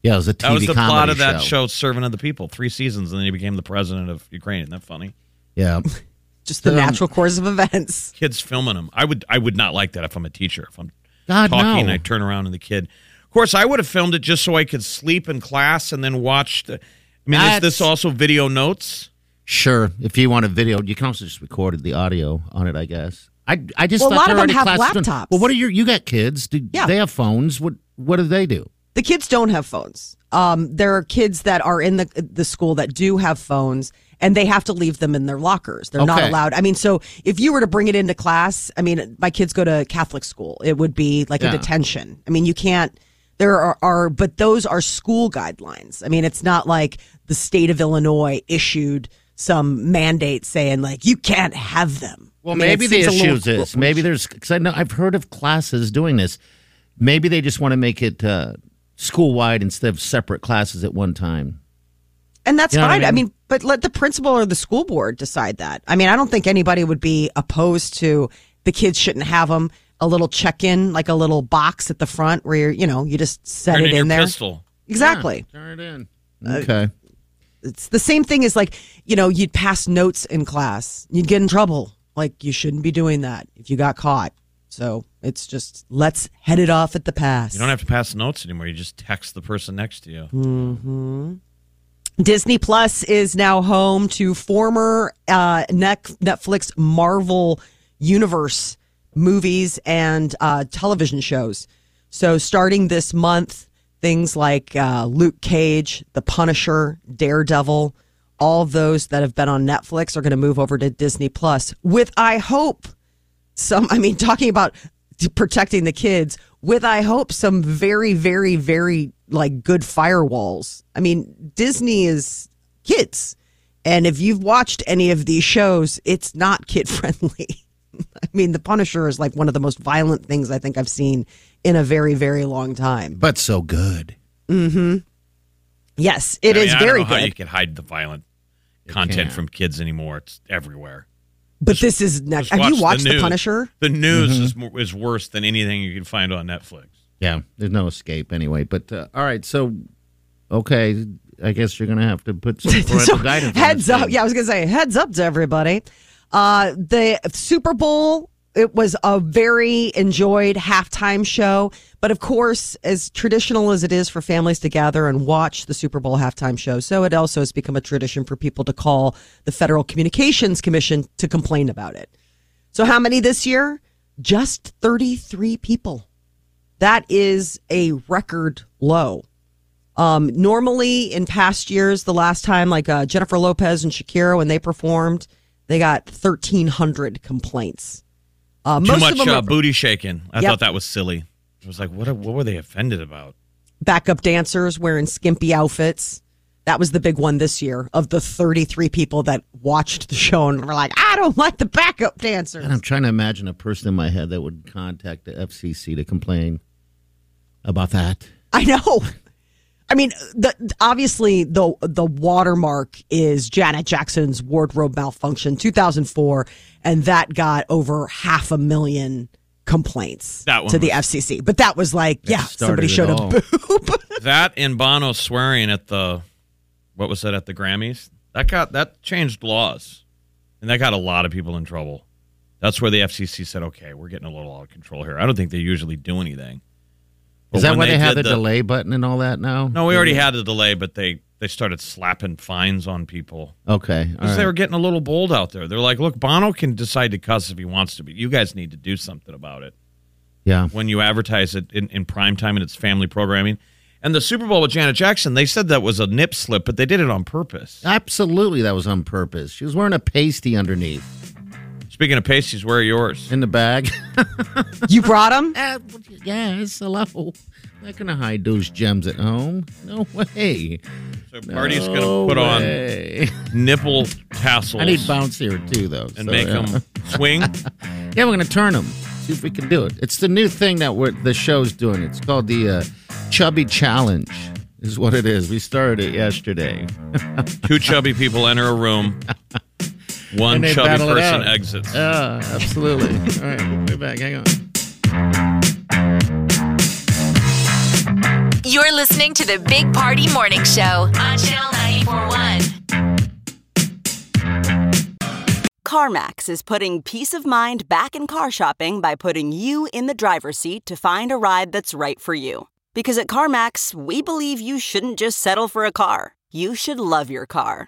S3: Yeah, it was a TV
S6: That was the
S3: comedy
S6: plot of that show. Servant of the People, three seasons, and then he became the president of Ukraine. Isn't that funny?
S3: Yeah.
S4: Just the natural course of events.
S6: kids filming them. I would I would not like that if I'm a teacher. If I'm
S4: Uh,
S3: God,
S6: talking and
S3: no.
S6: I turn around and the kid. Of course, I would have filmed it just so I could sleep in class and then watch the. I mean, is
S3: That's-
S6: this also video notes?
S3: Sure. If you want a video, you can also just record the audio on it, I guess. I, I just
S4: Well, a
S3: thought
S4: lot
S3: there
S4: of
S3: were
S4: them
S3: already
S4: have
S3: classes doing-
S4: laptops.
S3: Well, what are your? You got kids? Do
S4: Yeah.
S3: they have phones? What What do they do?
S4: The kids don't have phones. Um, there are kids that are in the the school that do have phones, and they have to leave them in their lockers. They're not
S3: Okay.
S4: allowed. I mean, so if you were to bring it into class, I mean, my kids go to Catholic school. It would be like
S3: Yeah.
S4: a detention. I mean, you can't. There are, are, but those are school guidelines. I mean, it's not like the state of Illinois issued some mandate saying like you can't have them.
S3: Well,
S4: I mean, it
S3: maybe the
S4: seems a
S3: issue
S4: little-
S3: is this. Maybe there's because I know I've heard of classes doing this. Maybe they just want to make it uh, school wide instead of separate classes at one time.
S4: And that's
S3: You know what I
S4: fine. I mean?
S3: mean?
S4: but let the principal or the school board decide that. I mean, I don't think anybody would be opposed to the kids shouldn't have them. A little check in, like a little box at the front where you're, you know, you just set
S6: Turn
S4: it
S6: in
S4: in
S6: your
S4: there.
S6: pistol.
S4: Exactly.
S3: Turn it in.
S4: Uh,
S3: Okay.
S4: It's the same thing as like, you know, you'd pass notes in class, you'd get in trouble. Like, you shouldn't be doing that if you got caught. So it's just let's head it off at the pass.
S6: You don't have to pass notes anymore. You just text the person next to you.
S4: Disney Plus is now home to former uh, Nec- Netflix Marvel Universe movies and uh, television shows. So, starting this month, things like uh, Luke Cage, The Punisher, Daredevil, all those that have been on Netflix are going to move over to Disney Plus. With I hope some. I mean, talking about t- protecting the kids with I hope some very, very, very like good firewalls. I mean, Disney is kids. And if you've watched any of these shows, it's not kid friendly. I mean, The Punisher is like one of the most violent things I think I've seen in a very, very long time.
S3: But so good.
S4: Yes, it
S6: I
S4: is
S6: mean, I don't
S4: very
S6: know How you
S4: good.
S6: can hide the violent content from kids anymore? It's everywhere.
S4: But this is next.
S6: Just
S4: Have you
S6: watch
S4: watched The,
S6: news.
S4: Punisher?
S6: The news is more, is worse than anything you can find on Netflix.
S3: Yeah. There's no escape anyway. But uh, all right. So okay. I guess you're gonna have to put some parental
S4: So,
S3: guidance. on this
S4: heads up.
S3: thing.
S4: Yeah, I was going to say heads up to everybody. Uh, the Super Bowl, it was a very enjoyed halftime show. But of course, as traditional as it is for families to gather and watch the Super Bowl halftime show, so it also has become a tradition for people to call the Federal Communications Commission to complain about it. So, how many this year? Just 33 people. That is a record low. Um, normally, in past years, the last time like uh, Jennifer Lopez and Shakira when they performed, they got thirteen hundred complaints. Uh,
S6: Too
S4: most
S6: much
S4: of them
S6: uh,
S4: are
S6: booty shaking. I
S4: Yep.
S6: thought that was silly. It was like, what? What were they offended about?
S4: backup dancers wearing skimpy outfits. That was the big one this year of the thirty-three people that watched the show and were like, "I don't like the backup dancers."
S3: And I'm trying to imagine a person in my head that would contact the FCC to complain about that.
S4: I know. I mean, the, obviously the the watermark is Janet Jackson's wardrobe malfunction, 2004, and that got over half a million complaints
S6: That one
S4: to the
S6: was-
S4: FCC. But that was like, yeah, somebody
S3: started it
S4: showed a
S3: all.
S4: boob.
S6: that and Bono swearing at the what was that at the Grammys? That got that changed laws, and that got a lot of people in trouble. That's where the FCC said, "Okay, we're getting a little out of control here." I don't think they usually do anything. But
S3: Is that
S6: when
S3: why they, have the,
S6: did
S3: delay button and all that now?
S6: No, we already had the delay, but they they started slapping fines on people
S3: Okay. all
S6: because they
S3: right.
S6: were getting a little bold out there. They're like, "Look, Bono can decide to cuss if he wants to, but you guys need to do something about it."
S3: Yeah.
S6: when you advertise it in, in prime time and it's family programming. And the Super Bowl with Janet Jackson, they said that was a nip slip, but they did it on purpose.
S3: Ah. Absolutely, that was on purpose. She was wearing a pasty underneath
S6: Speaking of pasties, where are yours?
S3: in the bag.
S4: you brought him?
S3: Uh, yes, hello. Not gonna hide those gems at home. No way.
S6: So Marty's going
S3: No
S6: to put
S3: way.
S6: on nipple tassels
S3: I need bounce here too, though.
S6: and
S3: so,
S6: make
S3: yeah.
S6: them swing.
S3: Yeah, we're gonna turn them. See if we can do it. It's the new thing that we're the show's doing. It's called the uh, Chubby Challenge. is what it is. We started it yesterday.
S6: Two chubby people enter a room. One
S3: And they
S6: chubby
S3: battle it
S6: person
S3: out.
S6: exits.
S3: Yeah, Ah, absolutely. All right, we'll be back. Hang on.
S2: You're listening to the Big Party Morning Show on Channel 941.
S9: CarMax is putting peace of mind back in car shopping by putting you in the driver's seat to find a ride that's right for you. Because at CarMax, we believe you shouldn't just settle for a car, you should love your car.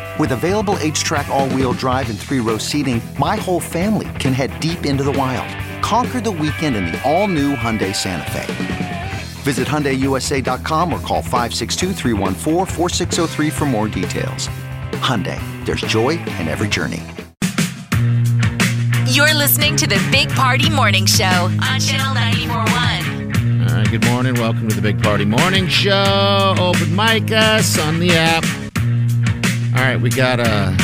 S10: With available H track, all wheel drive, and three row seating, my whole family can head deep into the wild. Conquer the weekend in the all new Hyundai Santa Fe. Visit HyundaiUSA.com or call 562-314-4603 for more details. Hyundai, there's joy in every journey.
S2: You're listening to the Big Party Morning Show on Channel 941.
S3: All right, good morning. Welcome to the Big Party Morning Show. Open mic us on the app. All right, we got a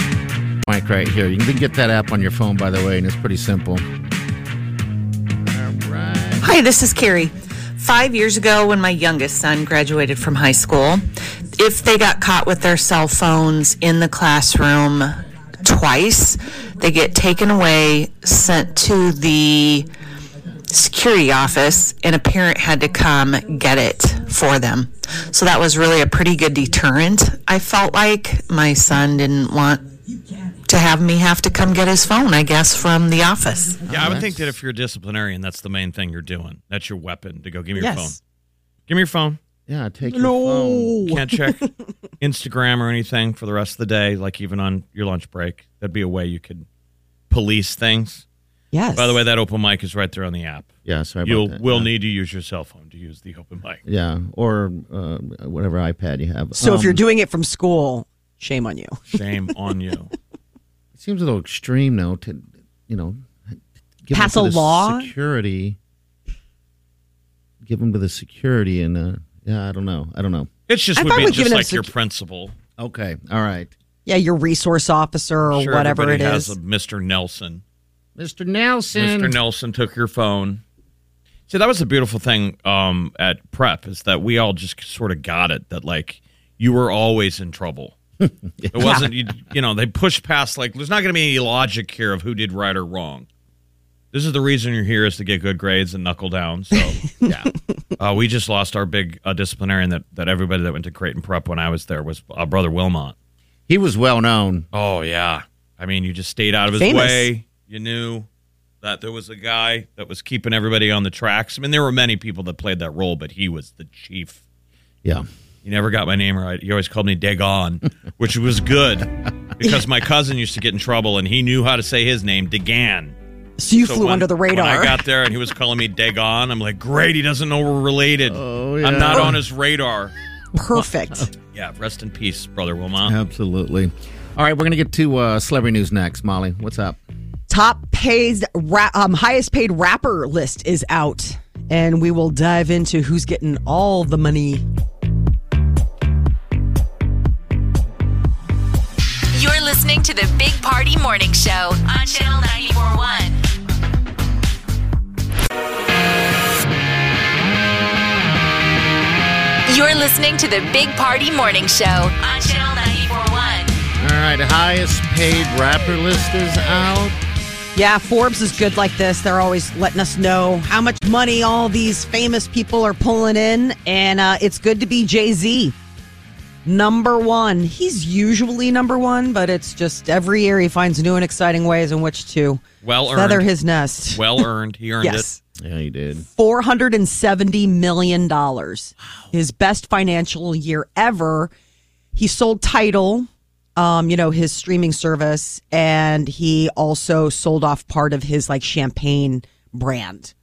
S3: mic right here. You can get that app on your phone, by the way, and it's pretty simple.
S11: Hi, this is Carrie. Five years ago, when my youngest son graduated from high school, if they got caught with their cell phones in the classroom twice, they get taken away, sent to the security office, and a parent had to come get it for them. So that was really a pretty good deterrent. I felt like my son didn't want to have me have to come get his phone, I guess, from the office.
S6: Yeah, I would think that if you're a disciplinarian, that's the main thing you're doing. That's your weapon to go. Give me your
S11: Yes.
S6: phone. Give me your phone.
S3: Yeah, take your phone.
S6: Can't check Instagram or anything for the rest of the day, like even on your lunch break. That'd be a way you could police things.
S4: Yes.
S6: By the way, that open mic is right there on the app.
S3: Yeah, sorry about
S6: You'll
S3: that.
S6: will
S3: Yeah.
S6: need to use your cell phone to use the open mic.
S3: Yeah, or uh, whatever iPad you have.
S4: So if
S3: Um,
S4: you're doing it from school, shame on you.
S6: Shame on you.
S3: it seems a little extreme though to, you know, give 'em
S4: Pass
S3: to
S4: a
S3: the
S4: law?
S3: security, give them to the security, and uh, yeah, I don't know, I don't know.
S6: It's just
S4: I
S6: would
S4: thought
S6: be
S4: we'd
S6: just
S4: given him
S6: like your
S4: secu-
S6: principal.
S3: Okay, all right,
S4: Yeah, your resource officer or
S6: Sure,
S4: whatever it
S6: everybody
S4: is.
S6: has a Mr. Nelson.
S3: Mr. Nelson.
S6: Mr. Nelson took your phone. See, that was the beautiful thing um, at prep is that we all just sort of got it that like you were always in trouble. It wasn't you, you know they pushed past like there's not going to be any logic here of who did right or wrong. This is the reason you're here is to get good grades and knuckle down. So yeah, uh, we just lost our big uh, disciplinarian that that everybody that went to Creighton prep when I was there was uh, brother Wilmot.
S3: He was well known.
S6: Oh yeah. I mean, you just stayed out of his
S4: Famous.
S6: way. You knew that there was a guy that was keeping everybody on the tracks. I mean, there were many people that played that role, but he was the chief.
S3: Yeah.
S6: He never got my name right. He always called me Dagon, which was good because my cousin used to get in trouble and he knew how to say his name, Dagan.
S4: so you
S6: So
S4: flew
S6: when-
S4: under the radar.
S6: When I got there and he was calling me Dagon, I'm like, great, he doesn't know we're related.
S3: Oh,
S6: I'm
S3: yeah.
S6: not on his radar.
S4: Perfect.
S6: Yeah, rest in peace, brother Wilma.
S3: Absolutely. All right, we're going to get to uh, celebrity news next. Molly, what's up?
S4: Top paid, ra- um, highest paid rapper list is out, and we will dive into who's getting all the money.
S2: You're listening to the Big Party Morning Show on Channel 941. You're listening to the Big Party Morning Show on Channel 941.
S3: All right, highest paid rapper list is out.
S4: Yeah, Forbes is good like this. They're always letting us know how much money all these famous people are pulling in, and uh, it's good to be Jay Z. Number one. He's usually number one, but it's just every year he finds new and exciting ways in which to
S6: Well
S4: feather
S6: earned.
S4: his nest.
S6: Well earned. He earned it.
S4: yes.
S3: Yeah, he did.
S4: $470 million. His best financial year ever. He sold Title, um, you know, his streaming service, and he also sold off part of his like champagne brand.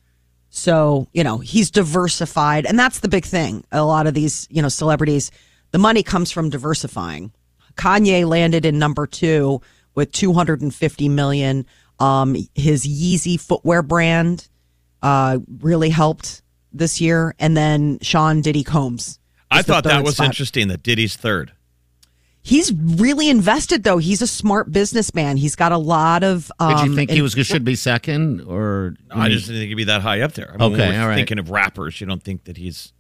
S4: So, you know, he's diversified. And that's the big thing. A lot of these, you know, celebrities, the money comes from diversifying. Kanye landed in number two with 250 million. Um, his Yeezy footwear brand uh, really helped this year, and then Sean Diddy Combs.
S6: I
S4: was the
S6: thought that
S4: third
S6: was
S4: spot.
S6: interesting that Diddy's third.
S4: He's really invested, though. He's a smart businessman. He's got a lot of. Um,
S3: Did you think he
S4: in-
S3: was should be second or?
S4: Mm-hmm.
S6: I just didn't think he'd be that high up there. I mean, when
S3: Okay,
S6: we're
S3: all right.
S6: Thinking of rappers, you don't think that he's.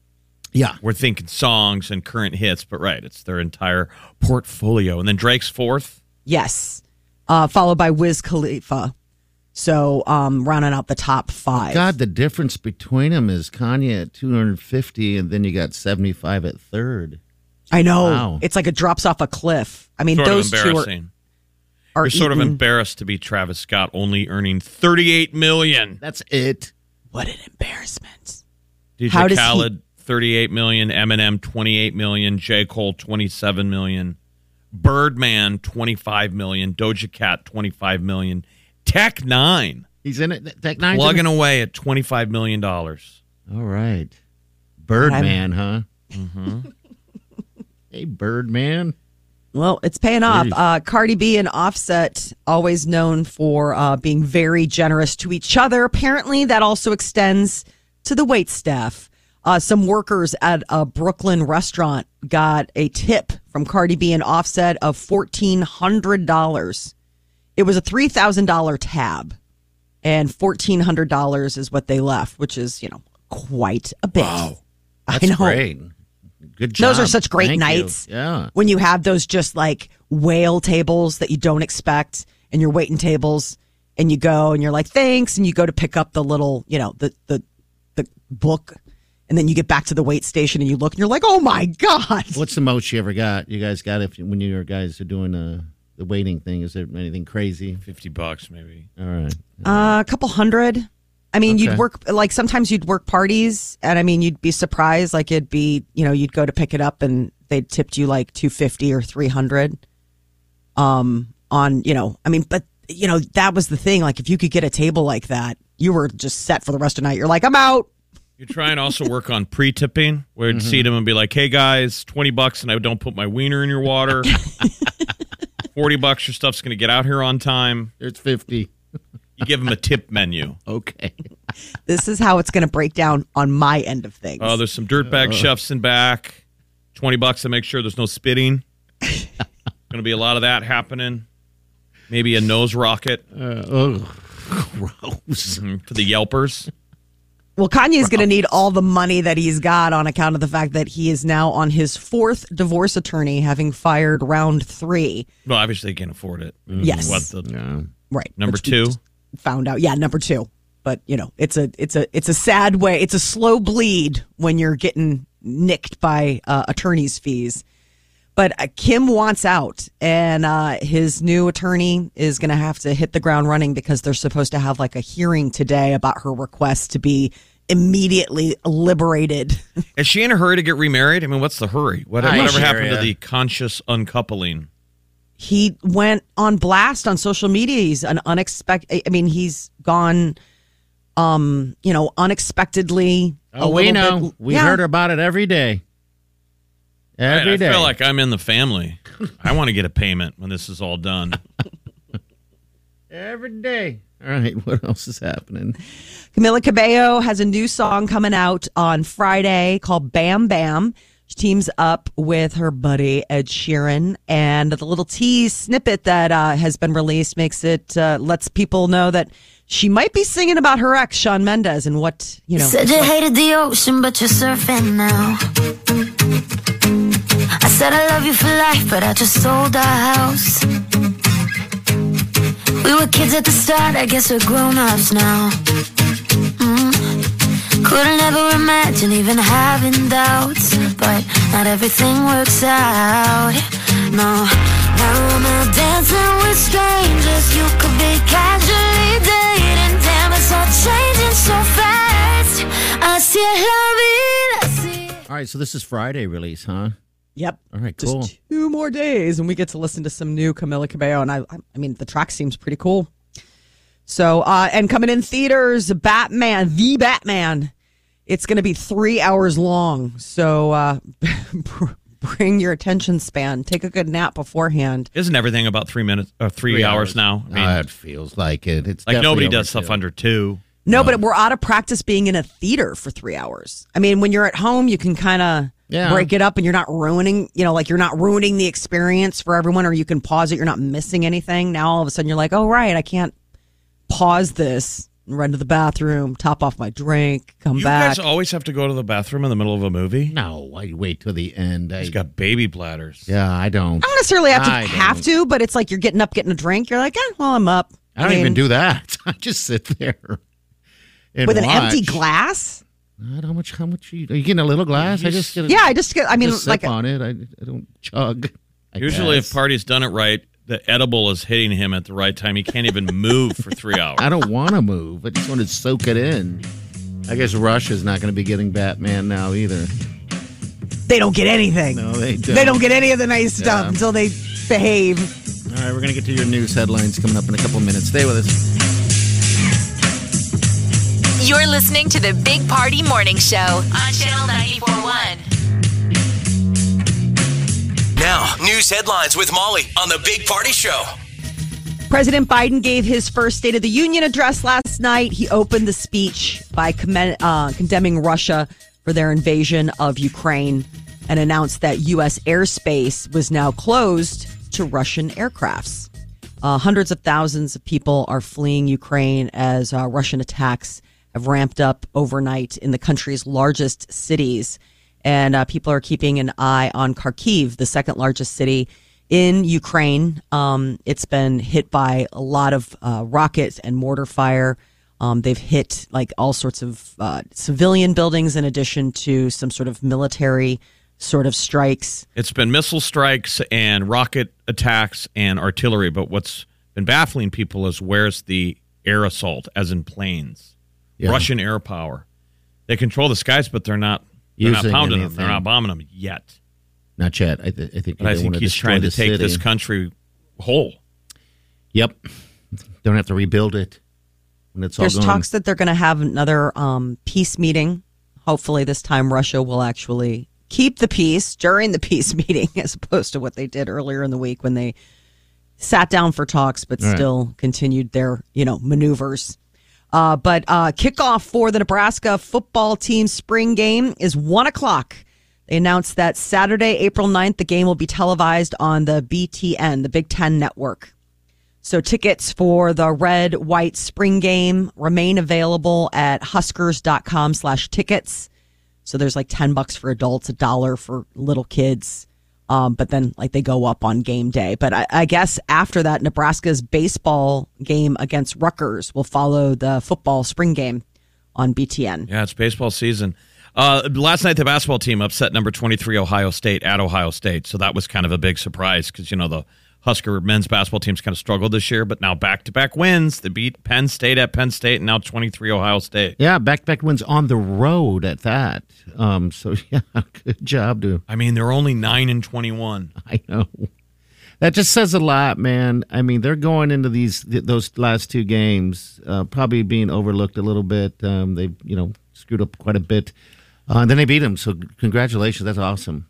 S3: Yeah.
S6: We're thinking songs and current hits, but right, it's their entire portfolio. And then Drake's fourth.
S4: Yes. Uh, followed by Wiz Khalifa. So um, rounding out the top five.
S3: God, the difference between them is Kanye at 250, and then you got 75 at third.
S4: I know.
S3: Wow.
S4: It's like it drops off a cliff. I mean,
S6: sort
S4: those
S6: of
S4: two are,
S6: embarrassing.
S4: are
S6: You're sort of
S4: eaten-
S6: embarrassed to be Travis Scott, only earning thirty-eight million.
S3: That's it.
S4: What an embarrassment.
S6: DJ
S4: How does he-
S6: Khaled, thirty-eight million. Eminem, twenty-eight million. J. Cole, twenty-seven million. Birdman, twenty-five million. Doja Cat, twenty-five million. Tech Nine,
S3: He's in it. Tech Nine's in
S6: plugging
S3: it.
S6: away at twenty-five million dollars.
S3: All right. Birdman, huh? Hey, Birdman.
S4: Well, it's paying off.
S3: Jeez.
S4: Uh, Cardi B and Offset, always known for uh, being very generous to each other. Apparently, that also extends to the wait staff. Uh, some workers at a Brooklyn restaurant got a tip from Cardi B and Offset of fourteen hundred dollars. It was a three thousand dollar tab, and fourteen hundred dollars is what they left, which is you know quite a bit. Wow,
S3: That's
S4: I know.
S3: great. Good job.
S4: Those are such great
S3: Thank you.
S4: nights.
S3: Yeah.
S4: When you have those just like whale tables that you don't expect and you're waiting tables and you go and you're like, thanks. And you go to pick up the little, you know, the, the, the book. And then you get back to the wait station and you look and you're like, oh my God.
S3: What's the most you ever got? You guys got if when you guys are doing uh, the waiting thing? Is there anything crazy?
S6: Fifty bucks, maybe.
S3: All right.
S4: Uh, a couple hundred. I mean, you'd
S3: Okay.
S4: work like sometimes you'd work parties, and I mean, you'd be surprised. Like it'd be, you know, you'd go to pick it up, and they tipped you like two fifty or three hundred. Um, on you know, I mean, but you know, that was the thing. Like if you could get a table like that, you were just set for the rest of the night. You're like, I'm out.
S6: You try and also work on pre-tipping, where you'd see them and be like, "Hey guys, twenty bucks, and I don't put my wiener in your water. Forty bucks, your stuff's gonna get out here on time."
S3: There's fifty.
S6: You give them a tip menu.
S3: Okay.
S4: This is how it's going to break down on my end of things.
S6: Oh, there's some dirtbag chefs in back. Twenty bucks to make sure there's no spitting. gonna be a lot of that happening. Maybe a nose rocket
S3: Uh, oh, gross.
S6: for the yelpers.
S4: Well, Kanye's going to need all the money that he's got on account of the fact that he is now on his fourth divorce attorney, having fired round three.
S6: Well, obviously they can't afford it.
S4: Yes.
S6: Hmm, What the
S3: Yeah.
S4: Right.
S6: number
S4: which we
S6: two?
S4: just Found out. Yeah, number two. But you know, it's a it's a it's a sad way. It's a slow bleed when you're getting nicked by uh, attorneys' fees. But uh, Kim wants out, and uh, his new attorney is going to have to hit the ground running because they're supposed to have like a hearing today about her request to be immediately liberated.
S6: Is she in a hurry to get remarried? I mean, what's the hurry? What,
S3: I
S6: whatever
S3: hear
S6: happened to
S3: ya.
S6: the conscious uncoupling?
S4: he went on blast on social media. He's an unexpected. I mean, he's gone. Um, you know, unexpectedly.
S3: Oh,
S4: a
S3: we
S4: little
S3: know.
S4: bit-
S3: we
S4: Yeah.
S3: heard about it every day.
S6: Right,
S3: Every
S6: I
S3: day.
S6: feel like I'm in the family. I want to get a payment when this is all done.
S3: every day. All right. What else is happening?
S4: Camila Cabello has a new song coming out on Friday called Bam Bam. She teams up with her buddy Ed Sheeran, and the little tease snippet that uh, has been released makes it uh, lets people know that she might be singing about her ex, Sean Mendez, and what you know.
S7: Said you hated the ocean, but you're surfing now. I said I love you for life, but I just sold our house. We were kids at the start, I guess we're grown ups now. Mm. Couldn't ever imagine even having doubts, but not everything works out. No, now I'm out dancing with strangers. You could be casually dating. Damn, it's all changing so fast. I see a loving, I see.
S3: All right. So this is Friday release, huh?
S4: Yep.
S3: All right.
S4: Just
S3: Cool.
S4: two more days, and we get to listen to some new Camila Cabello. And I, I- I mean, the track seems pretty cool. So, uh, and coming in theaters, Batman, the Batman. It's going to be three hours long. So, uh, bring your attention span. Take a good nap beforehand.
S6: Isn't everything about three minutes, uh, three,
S3: Three
S6: hours,
S3: hours.
S6: now?
S3: No, it feels like it. It's
S6: like nobody
S3: definitely
S6: does
S3: overdue.
S6: stuff under two.
S4: No, but we're out of practice being in a theater for three hours. I mean, when you're at home, you can kind of
S6: Yeah.
S4: break it up and you're not ruining, you know, like you're not ruining the experience for everyone or you can pause it. You're not missing anything. Now all of a sudden you're like, oh, right, I can't pause this and run to the bathroom, top off my drink, come
S6: You
S4: back.
S6: guys always have to go to the bathroom in the middle of a movie.
S3: No, I wait till the end. He's
S6: got baby bladders.
S3: Yeah, I don't.
S4: I don't necessarily have to
S3: I
S4: have to, but it's like you're getting up, getting a drink. You're like, eh, well, I'm up.
S3: I don't
S4: mean,
S3: even do that. I just sit there and
S4: with an
S3: watch.
S4: empty glass.
S3: I don't- how much? How much? Are you, are you getting a little glass? I just get. A,
S4: Yeah, I just get. I mean,
S3: just
S4: like
S3: sip on it. I, I don't chug. I
S6: Usually,
S3: guess.
S6: if Party's done it right, the edible is hitting him at the right time. He can't even move for three hours.
S3: I don't want to move. I just want to soak it in. I guess Russia's not going to be getting Batman now either.
S4: They don't get anything.
S3: No, they don't.
S4: They don't get any of the nice stuff
S3: Yeah.
S4: until they behave.
S3: All right, we're going to get to your news headlines coming up in a couple of minutes. Stay with us.
S2: You're listening to the Big Party Morning Show on Channel 941.
S5: Now, news headlines with Molly on the Big Party Show.
S4: President Biden gave his first State of the Union address last night. He opened the speech by commen- uh, condemning Russia for their invasion of Ukraine and announced that U.S. airspace was now closed to Russian aircrafts. Uh, hundreds of thousands of people are fleeing Ukraine as uh, Russian attacks have ramped up overnight in the country's largest cities. And uh, people are keeping an eye on Kharkiv, the second largest city in Ukraine. Um, it's been hit by a lot of uh, rockets and mortar fire. Um, they've hit like all sorts of uh, civilian buildings in addition to some sort of military sort of strikes.
S6: It's been missile strikes and rocket attacks and artillery, but what's been baffling people is where's the air assault, as in planes,
S3: Yeah.
S6: Russian air power. They control the skies, but they're not they're
S3: Using
S6: not pounding them.
S3: anything.
S6: They're not bombing them yet.
S3: Not Chad. I, th- I think.
S6: But I
S3: they
S6: think
S3: wanna
S6: he's
S3: destroy
S6: trying
S3: the
S6: to take
S3: city.
S6: this country whole.
S3: Yep. Don't have to rebuild it when it's
S4: There's
S3: all gone.
S4: talks that they're going to have another um, peace meeting. Hopefully, this time Russia will actually keep the peace during the peace meeting, as opposed to what they did earlier in the week when they sat down for talks but
S12: All right.
S4: still continued their you know maneuvers. Uh, but uh, kickoff for the Nebraska football team spring game is one o'clock. They announced that Saturday, April 9th, the game will be televised on the BTN, the Big Ten Network. So tickets for the red white spring game remain available at huskers.com slash tickets. So there's like 10 bucks for adults, a dollar for little kids. Um, but then like they go up on game day. But I, I guess after that, Nebraska's baseball game against Rutgers will follow the football spring game on BTN.
S6: Yeah, it's baseball season. Uh, last night, the basketball team upset number 23 Ohio State at Ohio State. So that was kind of a big surprise because, you know, the Husker men's basketball team's kind of struggled this year, but now back to back wins. They beat Penn State at Penn State and now 23 Ohio State.
S3: Yeah, back back wins on the road at that. Um, so yeah, good job to
S6: I mean, they're only 9 and 21.
S3: I know. That just says a lot, man. I mean, they're going into these th- those last two games uh, probably being overlooked a little bit. Um, they you know screwed up quite a bit. Uh, and then they beat them, so congratulations. That's awesome.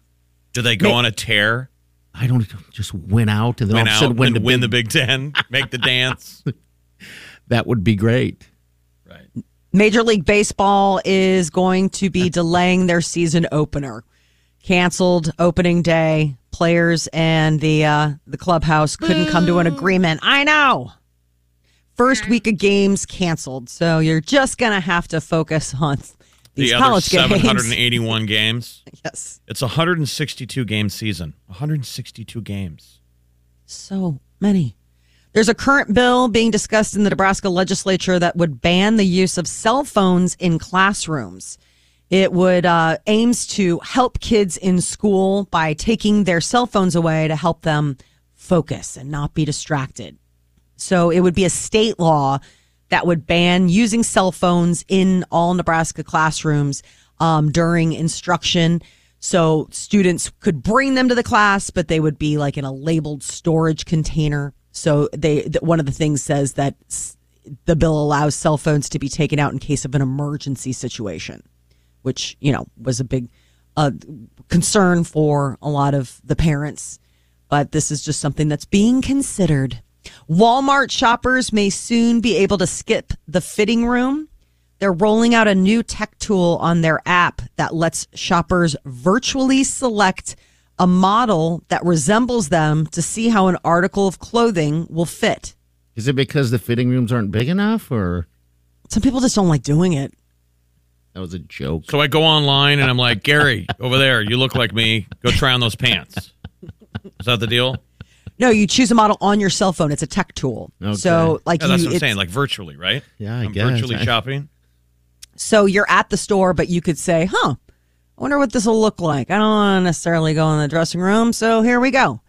S6: Do they go on a tear?
S3: I don't just win out and then
S6: Win
S3: all of a
S6: out
S3: sudden win
S6: and
S3: the
S6: win
S3: big-
S6: the Big Ten, make the dance.
S3: That would be great.
S4: Major League Baseball is going to be delaying their season opener. Canceled opening day. Players and the uh, the clubhouse couldn't come to an agreement. I know. First week of games canceled, so you're just gonna have to focus on these
S6: the other
S4: college games.
S6: 781 games.
S4: Yes.
S6: It's a 162 game season. 162 games.
S4: So many. There's a current bill being discussed in the Nebraska legislature that would ban the use of cell phones in classrooms. It would uh, aims to help kids in school by taking their cell phones away to help them focus and not be distracted. So it would be a state law that would ban using cell phones in all Nebraska classrooms um, during instruction. So students could bring them to the class, but they would be like in a labeled storage container. So they th- one of the things says that s- the bill allows cell phones to be taken out in case of an emergency situation, which you know was a big a concern for a lot of the parents, but this is just something that's being considered. Walmart shoppers may soon be able to skip the fitting room. They're rolling out a new tech tool on their app that lets shoppers virtually select a model that resembles them to see how an article of clothing will fit.
S3: Is it because the fitting rooms aren't big enough, or
S4: Some people just don't like doing it.
S3: that was a joke?
S6: So I go online and I'm like, Gary, over there, you look like me. Go try on those pants. Is that the deal?
S4: No, you choose a model on your cell phone. It's a tech tool. So like
S6: Yeah, that's
S4: you,
S6: what I'm
S4: it's-
S6: saying, like virtually, right?
S3: Yeah, I
S6: I'm
S3: guess.
S6: virtually
S3: I-
S6: shopping.
S4: so you're at the store, but you could say, huh, I wonder what this will look like. I don't want to necessarily go in the dressing room. So here we go.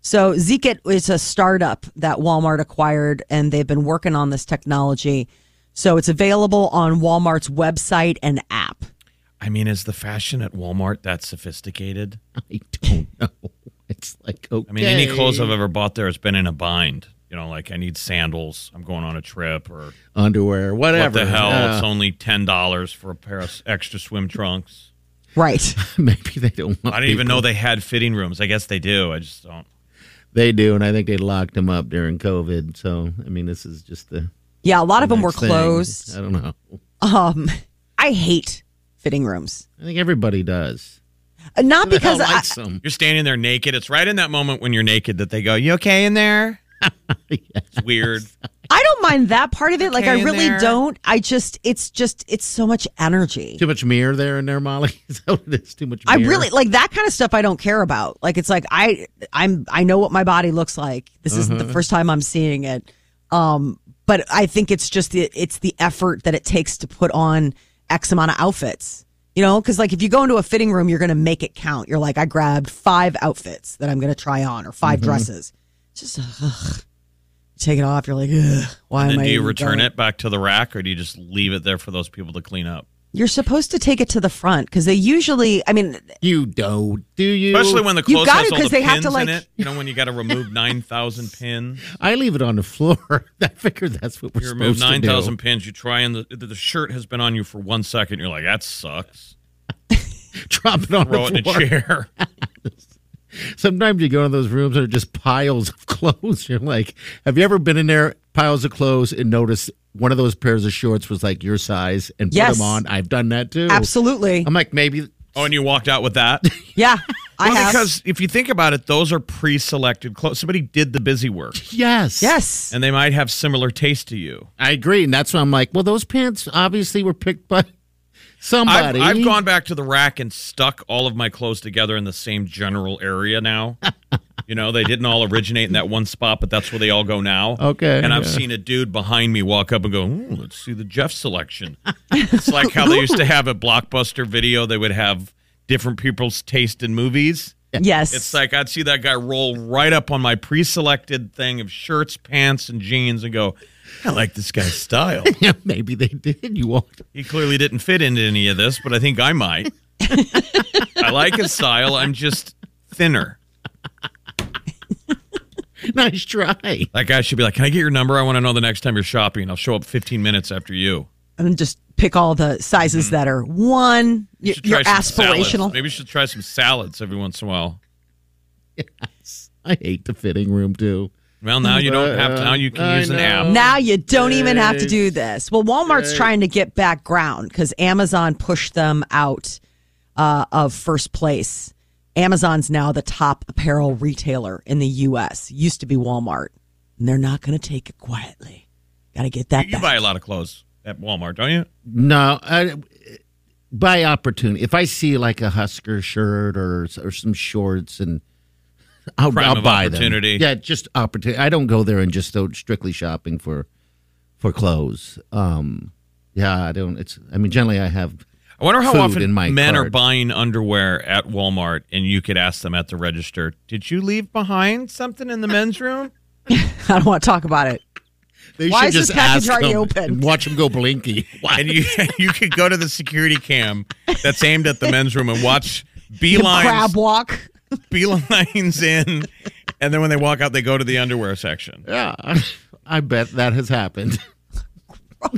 S4: So Zeekit is a startup that Walmart acquired, and they've been working on this technology. So it's available on Walmart's website and app.
S6: I mean, is the fashion at Walmart that sophisticated?
S3: I don't know. It's like okay.
S6: I mean, any clothes I've ever bought there has been in a bind. You know, like I need sandals. I'm going on a trip, or
S3: underwear, whatever. Uh,
S6: what the hell?
S3: Yeah.
S6: It's only ten dollars for a pair of extra swim trunks.
S4: Right.
S3: Maybe they don't. Want
S6: I didn't even
S3: people-
S6: know they had fitting rooms. I guess they do. I just don't.
S3: They do, and I think they locked them up during COVID. So I mean, this is just the.
S4: Yeah, a lot of them were
S3: next thing.
S4: closed.
S3: I don't know.
S4: Um, I hate fitting rooms.
S3: I think everybody does.
S4: Uh, Not
S3: Who the hell
S4: because I,
S3: likes 'em?
S6: You're standing there naked. It's right in that moment when you're naked that they go, "You okay in there?" It's weird.
S4: I don't mind that part of it. Like
S6: Okay
S4: I
S6: in
S4: really
S6: there.
S4: don't. I just it's just it's so much energy.
S3: Too much mirror there in there, Molly. Is that what it is? Too much.
S4: I
S3: Mirror.
S4: really like that kind of stuff. I don't care about. Like it's like I I'm I know what my body looks like. This isn't the
S6: Mm-hmm.
S3: Uh-huh.
S4: first time I'm seeing it. Um, but I think it's just the it's the effort that it takes to put on X amount of outfits. You know, because like if you go into a fitting room, you're going to make it count. You're like, I grabbed five outfits that I'm going to try on, or 5
S6: Mm-hmm.
S4: dresses. Just ugh. take it off. You're like, ugh, why
S6: And
S4: am
S6: then
S4: I?
S6: do you
S4: even
S6: return
S4: going?
S6: it back to the rack, or do you just leave it there for those people to clean up?
S4: You're supposed to take it to the front because they usually. I mean,
S3: You don't, do you?
S6: Especially when the
S4: You
S6: clothes
S4: got
S6: has
S4: it
S6: all
S4: 'cause
S6: the
S4: they
S6: pins
S4: have to,
S6: in
S4: like-
S6: it. You know when you got to remove nine thousand pins.
S3: I leave it on the floor. I figured that's what we're
S6: You remove
S3: supposed to
S6: nine
S3: do.
S6: thousand pins. You try and the, the shirt has been on you for one second. You're like, that sucks.
S3: Drop it on
S6: Throw it
S3: the
S6: in a
S3: floor.
S6: chair.
S3: Sometimes you go in those rooms that are just piles of clothes. You're like, have you ever been in there, piles of clothes, and noticed one of those pairs of shorts was like your size and put
S4: Yes.
S3: them on? I've done that too.
S4: absolutely.
S3: I'm like, maybe.
S6: Oh, and you walked out with that.
S4: Yeah, I
S6: Well,
S4: have.
S6: because if you think about it, those are pre-selected clothes. Somebody did the busy work,
S3: Yes.
S4: yes.
S6: and they might have similar taste to you.
S3: I agree. And that's why I'm like, well, those pants obviously were picked by
S6: I've,
S3: somebody.
S6: I've gone back to the rack and stuck all of my clothes together in the same general area now. you know, they didn't all originate in that one spot, but that's where they all go now.
S3: Okay,
S6: And I've
S3: yeah.
S6: seen a dude behind me walk up and go, Ooh, let's see the Jeff selection. it's like how they used to have at Blockbuster video, they would have different people's taste in movies.
S4: Yes.
S6: It's like I'd see that guy roll right up on my pre selected thing of shirts, pants, and jeans and go, I like this guy's style.
S3: Yeah, maybe they did. You walked.
S6: He clearly didn't fit into any of this, but I think I might. I like his style. I'm just thinner.
S3: Nice try.
S6: That guy should be like, Can I get your number? I want to know the next time you're shopping. I'll show up 15 minutes after you.
S4: and just pick all the sizes that are one.
S6: Mm-hmm. You
S4: You
S6: should
S4: you're
S6: try some
S4: aspirational.
S6: Salads. Maybe you should try some salads every once in a while.
S3: I hate the fitting room too.
S6: Well, now you don't have to. Now you can
S3: I
S6: use an
S3: know.
S6: app.
S4: Now you don't even have to do this. Well, Walmart's
S3: Yikes.
S4: trying to get back ground because Amazon pushed them out uh, of first place. Amazon's now the top apparel retailer in the U.S. Used to be Walmart, and they're not going to take it quietly. Got to get that
S6: You
S4: back.
S6: buy a lot of clothes at Walmart, don't you?
S3: No, I, by opportunity. If I see like a Husker shirt or or some shorts, and I'll,
S6: Crime
S3: I'll
S6: of
S3: buy
S6: opportunity.
S3: them. Yeah, just opportunity. I don't go there and just go strictly shopping for for clothes. Um, yeah, I don't. It's. I mean, generally, I have.
S6: I wonder how
S3: Food
S6: often
S3: in my
S6: men are
S3: cart.
S6: buying underwear at Walmart and you could ask them at the register, Did you leave behind something in the men's room?
S4: I don't want to talk about it.
S3: They
S4: Why
S3: should
S4: is this
S3: just
S4: package
S3: ask
S4: already
S3: them
S4: open?
S3: and watch them go blinky.
S6: and you you could go to the security cam that's aimed at the men's room and watch beelines
S4: Crab walk.
S6: beelines in, and then when they walk out, they go to the underwear section.
S3: Yeah, I bet that has happened. I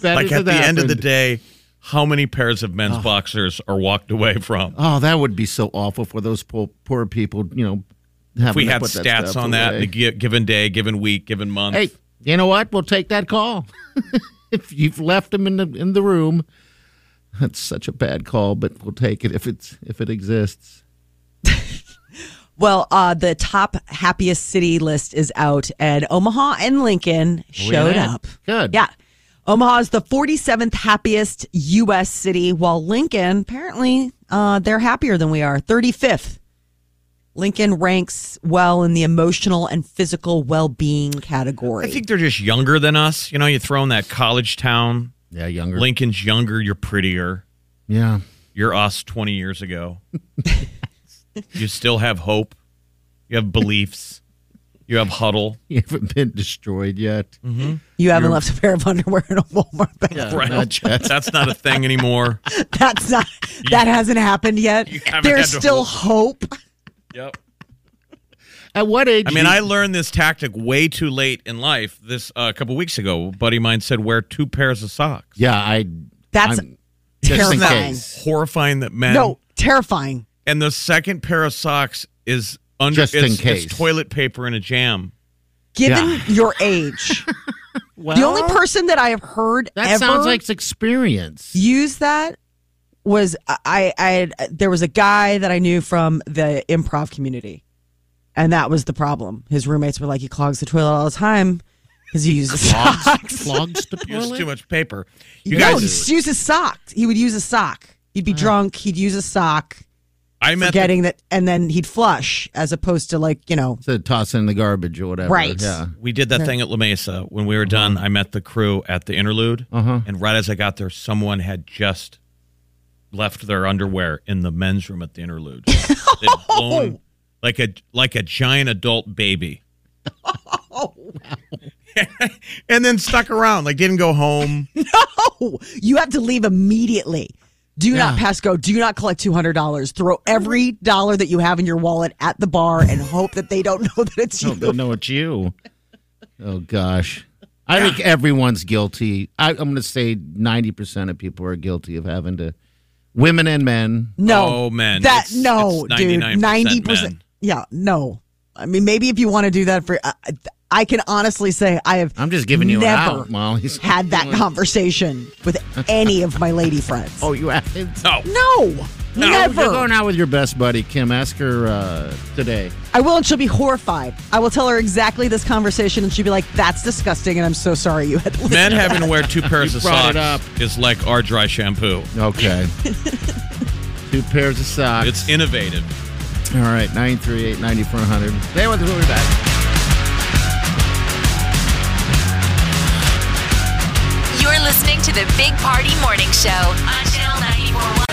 S3: bet
S6: like at
S3: it has
S6: the end of the
S3: happened.
S6: day, how many pairs of men's boxers are walked away from.
S3: Oh, that would be so awful for those poor, poor people. You know,
S6: If we
S3: having to
S6: had
S3: put that
S6: stats
S3: stuff
S6: on that,
S3: away.
S6: in a gi- given day, given week, given month.
S3: Hey, you know what? We'll take that call. if you've left them in the in the room, that's such a bad call, but we'll take it if it's if it exists.
S4: Well, uh, the top happiest city list is out, and Omaha and Lincoln
S3: at it.
S4: showed up.
S3: Oh, Good.
S4: Yeah. Omaha is the 47th happiest U.S. city, while Lincoln, apparently, uh, they're happier than we are, 35th. Lincoln ranks well in the emotional and physical well being category.
S6: I think they're just younger than us. You know, you throw in that college town.
S3: Yeah, younger.
S6: Lincoln's younger. You're prettier.
S3: Yeah.
S6: You're us 20 years ago. you still have hope. You have beliefs. You have huddle.
S3: You haven't been destroyed yet.
S6: Mm.
S3: Mm-hmm.
S4: you haven't
S3: You're-
S4: left a pair of underwear in a Walmart bathroom.
S6: Right.
S3: not yet.
S6: That's not a thing anymore.
S4: That's not, that hasn't happened yet.
S6: haven't
S4: There's
S6: had to
S4: still hope.
S6: Yep.
S3: At what age?
S6: I mean,
S3: do
S6: I
S3: you-
S6: learned this tactic way too late in life. This uh, a couple weeks ago, a buddy of mine said, "Wear two pairs of socks."
S3: Yeah, I.
S4: That's
S3: I'm- just in
S4: terrifying.
S3: case.
S6: Horrifying that men.
S4: No, terrifying.
S6: And the second pair of socks is under
S3: Just in
S6: it's- it's
S3: case.
S6: toilet paper in a jam.
S4: Given
S3: Yeah.
S4: your age,
S3: Well,
S4: the only person that I have heard
S3: that
S4: ever
S3: sounds like experience.
S4: use that was I, I had, there was a guy that I knew from the improv community, and that was the problem. His roommates were like, "He clogs the toilet all the time because he uses socks.
S3: Clogs the
S6: Use
S3: toilet.
S6: too much paper. You
S4: no, he
S6: guys,
S4: just uses socks. He would use a sock. He'd
S3: Uh-huh.
S4: be drunk. He'd use a sock,
S6: I met the,
S4: forgetting that, and then he'd flush as opposed to like you know,
S3: to toss in the garbage or whatever.
S4: Right.
S3: Yeah. Uh-huh.
S6: we did that thing at La Mesa when we were done. I met the crew at the interlude, and right as I got there, someone had just left their underwear in the men's room at the interlude. They'd
S3: Oh.
S6: blown like a like a giant adult baby.
S3: Oh,
S6: and then stuck around, like didn't go home.
S4: no, you have to leave immediately. Do not
S3: Yeah.
S4: pass go. Do not collect two hundred dollars. Throw every dollar that you have in your wallet at the bar and hope that they don't know that it's
S3: No,
S4: you.
S3: no, it's you. Oh gosh, I think everyone's guilty. I, I'm going to say 90 percent of people are guilty of having to, women and men.
S4: No,
S6: Oh, man,
S4: that
S6: it's-
S4: no,
S6: it's
S4: dude,
S6: 99%
S4: ninety percent.
S6: men.
S4: Yeah, no. I mean, maybe if you want to do that for, I I can honestly say I have.
S3: I'm just giving you an
S4: never
S3: out, Molly.
S4: had that conversation with any of my lady friends.
S3: Oh, you haven't.
S6: No.
S4: no,
S6: No,
S3: You're
S4: never.
S3: going out with your best buddy Kim. Ask her uh, today.
S4: I will, and she'll be horrified. I will tell her exactly this conversation, and she'll be like, "That's disgusting," and I'm so sorry you had to listen.
S6: Men having to wear two pairs
S3: You
S6: of
S3: brought
S6: socks
S3: it
S6: is like our dry shampoo.
S3: Okay. Two pairs of socks.
S6: It's innovative.
S3: All right, 938 9400. Stay with us. We'll be back.
S2: You're listening to the Big Party Morning Show on Channel 941.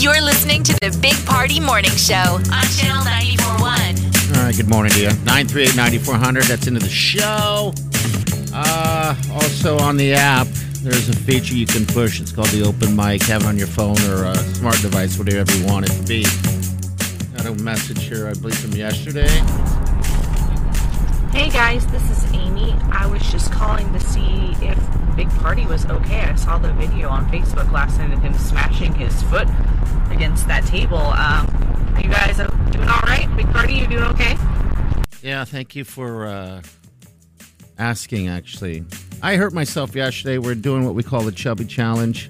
S2: You're listening to the Big Party Morning Show on Channel 941.
S3: All right, good morning to you. 938 9400. That's into the show. Uh, also on the app, there's a feature you can push. It's called the open mic. Have it on your phone or a smart device, whatever you want it to be. Got a message here, I believe, from yesterday.
S12: Hey guys, this is Amy. I was just calling to see if Big Party was okay. I saw the video on Facebook last night of him smashing his foot against that table. Um, are you guys doing all right? Big Party, you doing okay?
S3: Yeah, thank you for uh, asking. Actually, I hurt myself yesterday. We're doing what we call the Chubby Challenge,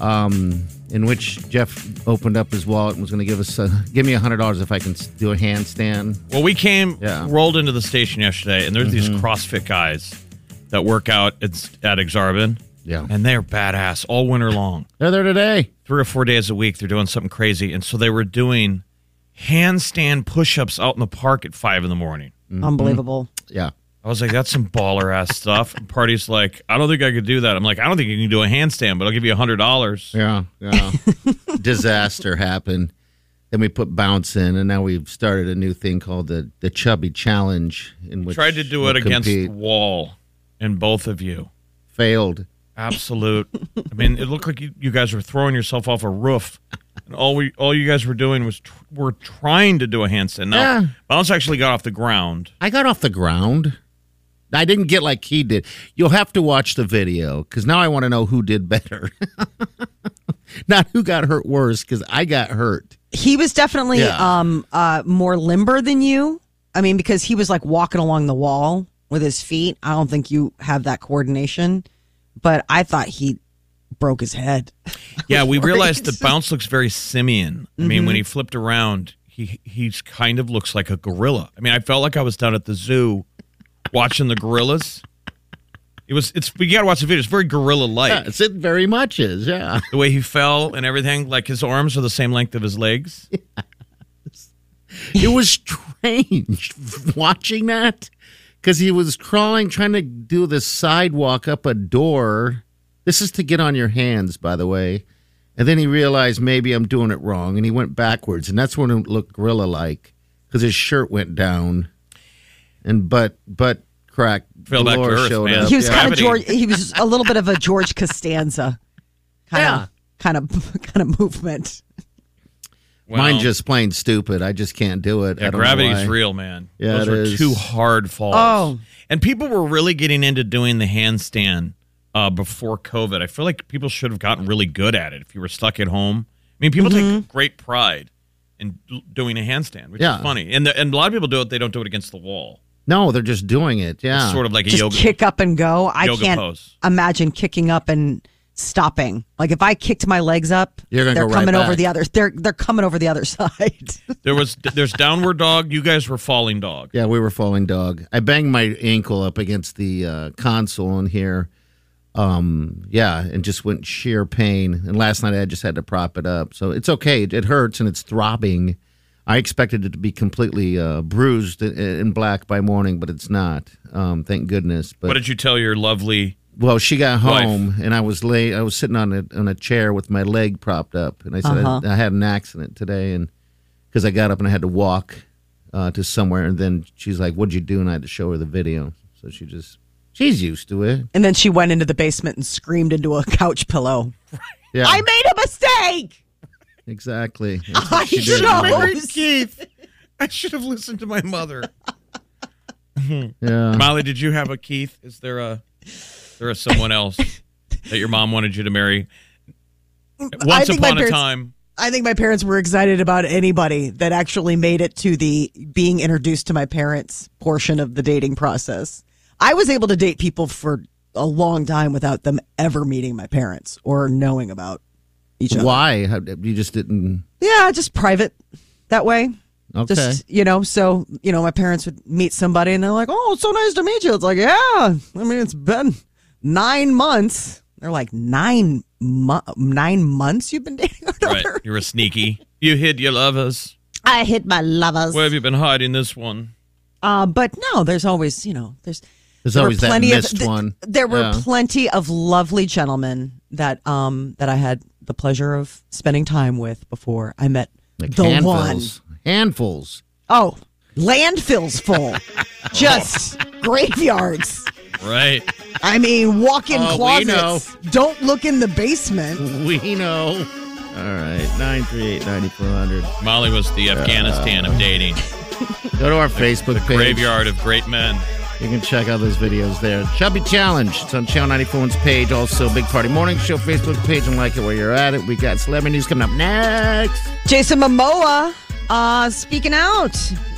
S3: um, in which Jeff opened up his wallet and was going to give us a, give me a hundred dollars if I can s- do a handstand.
S6: Well, we came
S3: Yeah. Mm-hmm.
S6: rolled into the station yesterday, and there's these CrossFit guys that work out at, at Exarban.
S3: Yeah.
S6: and they're badass all winter long,
S3: They're there today.
S6: three or four days a week. They're doing something crazy, and so they were doing handstand push-ups out in the park at five in the morning.
S4: Unbelievable.
S3: Yeah,
S6: I was like, "That's some baller ass stuff." And Party's like, "I don't think I could do that." I'm like, "I don't think you can do a handstand, but I'll give you a hundred dollars."
S3: yeah, yeah. Disaster happened. Then we put bounce in, and now we've started a new thing called the the Chubby Challenge. In which
S6: Tried to do
S3: we'll
S6: it against
S3: compete.
S6: the wall, and both of you
S3: failed.
S6: absolute. I mean, it looked like you, you guys were throwing yourself off a roof, and all we all you guys were doing was tr- were trying to do a handstand. Now,
S3: Yeah.
S6: bounce actually got off the ground.
S3: I got off the ground. I didn't get like he did. You'll have to watch the video because now I want to know who did better, not who got hurt worse. Because I got hurt.
S4: He was definitely
S3: Yeah.
S4: um, uh, more limber than you. I mean, because he was like walking along the wall with his feet. I don't think you have that coordination, but I thought he broke his head.
S6: Yeah, we
S4: Right.
S6: realized the bounce looks very simian. I mean, when
S4: Mhm.
S6: he flipped around, he he's kind of looks like a gorilla. I mean, I felt like I was down at the zoo watching the gorillas. It was it's you gotta watch the video. It's very gorilla like.
S3: Yes, it very much is. Yeah,
S6: The way he fell and everything, like his arms are the same length of his legs.
S3: it was strange watching that because he was crawling, trying to do the sidewalk up a door. This is to get on your hands, by the way. And then he realized maybe I'm doing it wrong, and he went backwards, and that's when it looked gorilla like because his shirt went down, and butt butt crack
S6: Fell back to
S3: galore
S6: earth,
S3: showed
S6: man.
S3: up.
S4: He was
S3: Yeah.
S4: kind of George. He was a little bit of a George Costanza, kind of, kind of, kind of movement.
S3: Mine just plain stupid. I just can't do it. I
S6: Yeah,
S3: don't know
S6: gravity's
S3: why.
S6: real, man.
S3: Yeah,
S6: Those
S3: it
S6: were
S3: is.
S6: two hard falls.
S3: Oh.
S6: And people were really getting into doing the handstand uh, before COVID. I feel like people should have gotten really good at it if you were stuck at home. I mean, people
S4: Mm-hmm.
S6: take great pride in l- doing a handstand, which
S3: Yeah.
S6: is funny. And, the, and a lot of people do it, they don't do it against the wall.
S3: No, they're just doing it. Yeah,
S6: It's sort of like a
S4: Just
S6: yoga.
S4: kick up and go. I
S6: yoga
S4: can't
S6: pose.
S4: imagine kicking up and stopping. Like if I kicked my legs up,
S6: You're gonna
S4: they're
S6: go right
S4: coming over
S6: back.
S4: the other. They're they're coming over the other side.
S6: There was there's downward dog. You guys were falling dog.
S3: Yeah, we were falling dog. I banged my ankle up against the uh, console in here. Um, yeah, and just went sheer pain. And last night I just had to prop it up. So it's okay. It, it hurts and it's throbbing. I expected it to be completely uh, bruised and, and black by morning, but it's not. Um, thank goodness. But
S6: what did you tell your lovely?
S3: well, she got
S6: Wife.
S3: home and I was lay. I was sitting on a on a chair with my leg propped up, and I said
S6: Uh-huh.
S3: I, I had an accident today, and because I got up and I had to walk uh, to somewhere, and then she's like, "What'd you do?" And I had to show her the video, so she just she's used to it.
S4: And then she went into the basement and screamed into a couch pillow.
S3: Yeah,
S4: I made a mistake.
S3: exactly. That's what
S4: I
S3: she did.
S4: chose.
S6: Keith, I should have listened to my mother.
S3: Yeah.
S6: Molly, did you have a Keith? Is there a is there a someone else that your mom wanted you to marry? Once
S4: think my
S6: upon a
S4: parents-
S6: time.
S4: I think my parents were excited about anybody that actually made it to the being introduced to my parents portion of the dating process. I was able to date people for a long time without them ever meeting my parents or knowing about. each other.
S3: Why How, you just didn't?
S4: Yeah, just private that way.
S3: Okay.
S4: Just, you know, so, you know, my parents would meet somebody and they're like, oh, it's so nice to meet you. It's like, yeah, I mean, it's been nine months. They're like, nine, mo- nine months you've been dating?
S6: Right. You were sneaky. You hid your lovers.
S4: I hit my lovers.
S6: Where have you been hiding this one?
S4: Uh, but no, there's always, you know, there's
S3: There's
S4: there were
S3: always that
S4: plenty
S3: missed
S4: th-
S3: one.
S4: There were
S3: Yeah.
S4: plenty of lovely gentlemen that um that I had the pleasure of spending time with before I met the
S3: handfuls,
S4: one.
S3: handfuls.
S4: Oh, landfills full, just graveyards.
S6: Right.
S4: I mean, walk-in
S3: Oh, we
S4: closets. Don't look in the basement.
S3: We know. All right, nine three eight ninety four hundred.
S6: Molly was the Afghanistan of dating.
S3: Go to our Facebook page.
S6: Graveyard of great men.
S3: You can check out those videos there. Chubby Challenge. It's on Channel 94's page. Also, Big Party Morning Show Facebook page. And like it where you're at it. We got celebrity news coming up next.
S4: Jason Momoa uh, speaking out,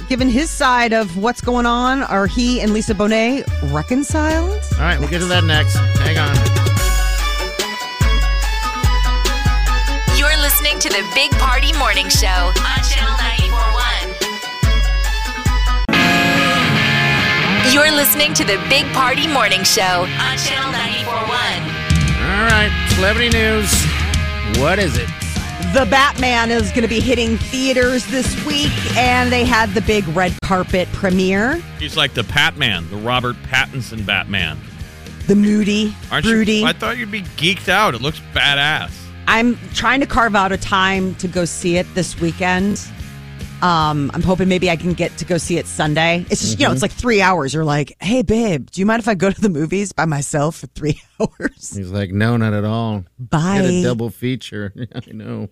S4: giving his side of what's going on. Are he and Lisa Bonet reconciled?
S3: All right, we'll get to that next. Hang on.
S2: You're listening to the Big Party Morning Show on Channel 941. You're listening to the Big Party Morning Show on Channel 941.
S3: All right, celebrity news. What is it?
S4: The Batman is going to be hitting theaters this week, and they had the big red carpet premiere.
S6: He's like the Patman, the Robert Pattinson Batman.
S4: The moody,
S6: Aren't
S4: broody.
S6: you? I thought you'd be geeked out. It looks badass.
S4: I'm trying to carve out a time to go see it this weekend. Um, I'm hoping maybe I can get to go see it Sunday. It's just, you know,
S3: Mhm.
S4: it's like three hours. You're like, hey, babe, do you mind if I go to the movies by myself for three hours?
S3: He's like, no, not at all.
S4: Bye.
S3: Get a double feature. I know.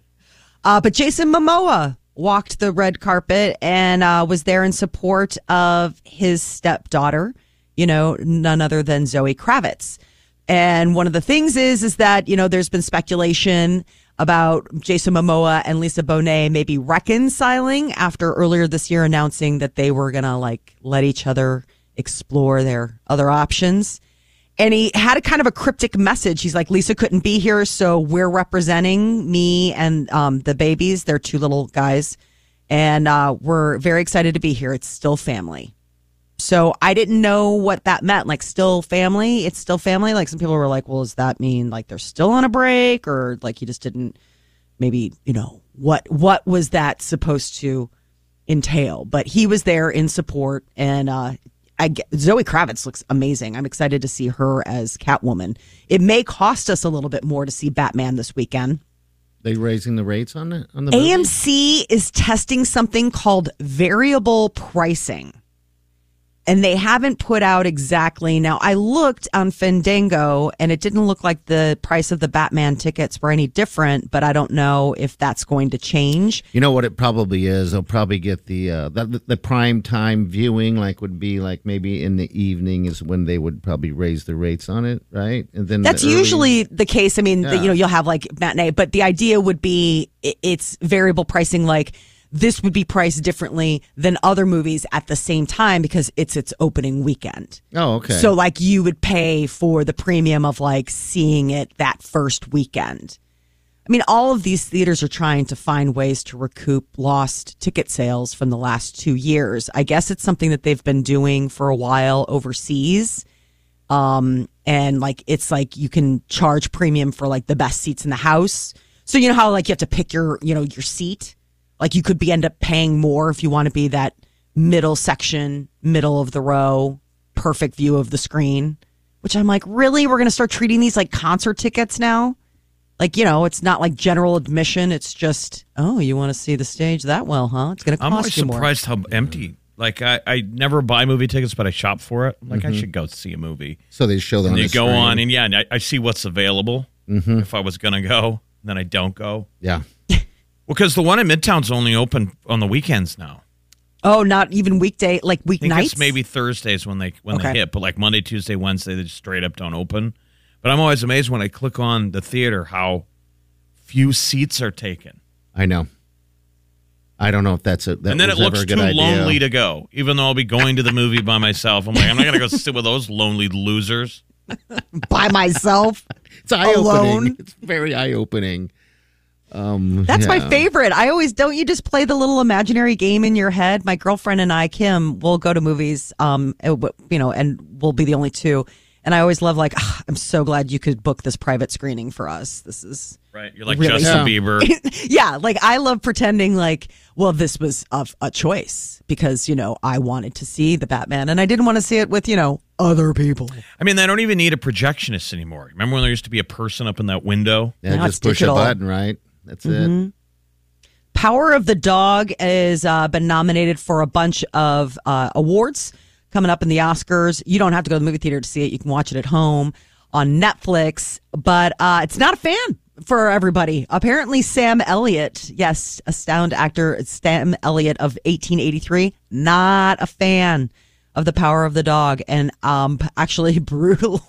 S4: Uh, but Jason Momoa walked the red carpet and uh, was there in support of his stepdaughter. you know, none other than Zoe Kravitz. And one of the things is, is that, you know, there's been speculation about Jason Momoa and Lisa Bonet maybe reconciling after earlier this year announcing that they were going to like let each other explore their other options. And he had a kind of a cryptic message. He's like, Lisa couldn't be here, so we're representing me and um, the babies. They're two little guys. And uh, we're very excited to be here. It's still family. So I didn't know what that meant. Like, still family? It's still family? Like, some people were like, well, does that mean like they're still on a break or like he just didn't maybe, you know, what, what was that supposed to entail? But he was there in support and, uh, I get, Zoe Kravitz looks amazing. I'm excited to see her as Catwoman. It may cost us a little bit more to see Batman this weekend.
S3: They raising the rates on the on the movie?
S4: AMC is testing something called variable pricing. And they haven't put out exactly. Now, I looked on Fandango and it didn't look like the price of the Batman tickets were any different, but I don't know if that's going to change.
S3: You know what it probably is. They'll probably get the uh, the, the prime time viewing, like would be like maybe in the evening is when they would probably raise the rates on it, right? And then the
S4: That's
S3: Mm-hmm. early-
S4: usually the case. I mean, the-
S3: Yeah.
S4: you know, you'll have like matinee, but the idea would be i- it's variable pricing. Like this would be priced differently than other movies at the same time because it's its opening weekend.
S3: Oh, okay.
S4: So like you would pay for the premium of like seeing it that first weekend. I mean, all of these theaters are trying to find ways to recoup lost ticket sales from the last two years. I guess it's something that they've been doing for a while overseas. Um, and like, it's like you can charge premium for like the best seats in the house. So, you know how like you have to pick your, you know, your seat? Like you could be end up paying more if you want to be that middle section, middle of the row, perfect view of the screen, which I'm like, really? We're going to start treating these like concert tickets now? Like, you know, it's not like general admission. It's just, oh, you want to see the stage that well, huh? It's going to
S6: I'm always
S4: cost you more.
S6: surprised how empty. Like I, I never buy movie tickets, but I shop for it. I'm like I
S4: Mm-hmm.
S3: Mhm.
S6: should go see a movie.
S3: So they show them.
S6: and
S3: on
S6: you
S3: the
S6: go
S3: screen.
S6: on, and yeah, and I, I see what's available.
S4: Mm-hmm.
S3: Mhm.
S6: If I was gonna go, then I don't go.
S3: Yeah.
S6: Well, because the one in Midtown's only open on the weekends now.
S4: Oh, not even weekday, like
S6: I think
S4: weeknights?
S6: it's maybe Thursdays when they when
S4: Okay.
S6: they hit, but like Monday, Tuesday, Wednesday, they just straight up don't open. But I'm always amazed when I click on the theater how few seats are taken,
S3: I know. I don't know if that's a. That
S6: and then it
S3: was ever
S6: looks
S3: a
S6: too
S3: good idea.
S6: lonely to go. Even though I'll be going to the movie by myself, I'm like I'm not gonna go sit with those lonely losers.
S4: By myself.
S3: it's eye
S4: alone.
S3: opening. It's very eye opening. Um,
S4: That's my
S3: yeah.
S4: favorite. I always don't you just play the little imaginary game in your head. My girlfriend and I, Kim, will go to movies, um, uh, w- you know, and we'll be the only two. And I always love like, "Ah, I'm so glad you could book this private screening for us. This is
S6: Right, you're like
S4: really
S6: Justin
S4: fun."
S6: Bieber.
S4: yeah, like I love pretending like, well, this was a, a choice because you know I wanted to see the Batman and I didn't want to see it with you know other people.
S6: I mean, they don't even need a projectionist anymore. Remember when there used to be a person up in that window?
S3: Yeah, Now just it's push a digital. button, right? That's
S4: Mhm. Power of the Dog has uh, been nominated for a bunch of uh, awards coming up in the Oscars. You don't have to go to the movie theater to see it. You can watch it at home on Netflix, but uh, it's not a fan for everybody. Apparently, Sam Elliott, yes, astound actor Sam Elliott of 1883, not a fan of the Power of the Dog, and um, actually brutal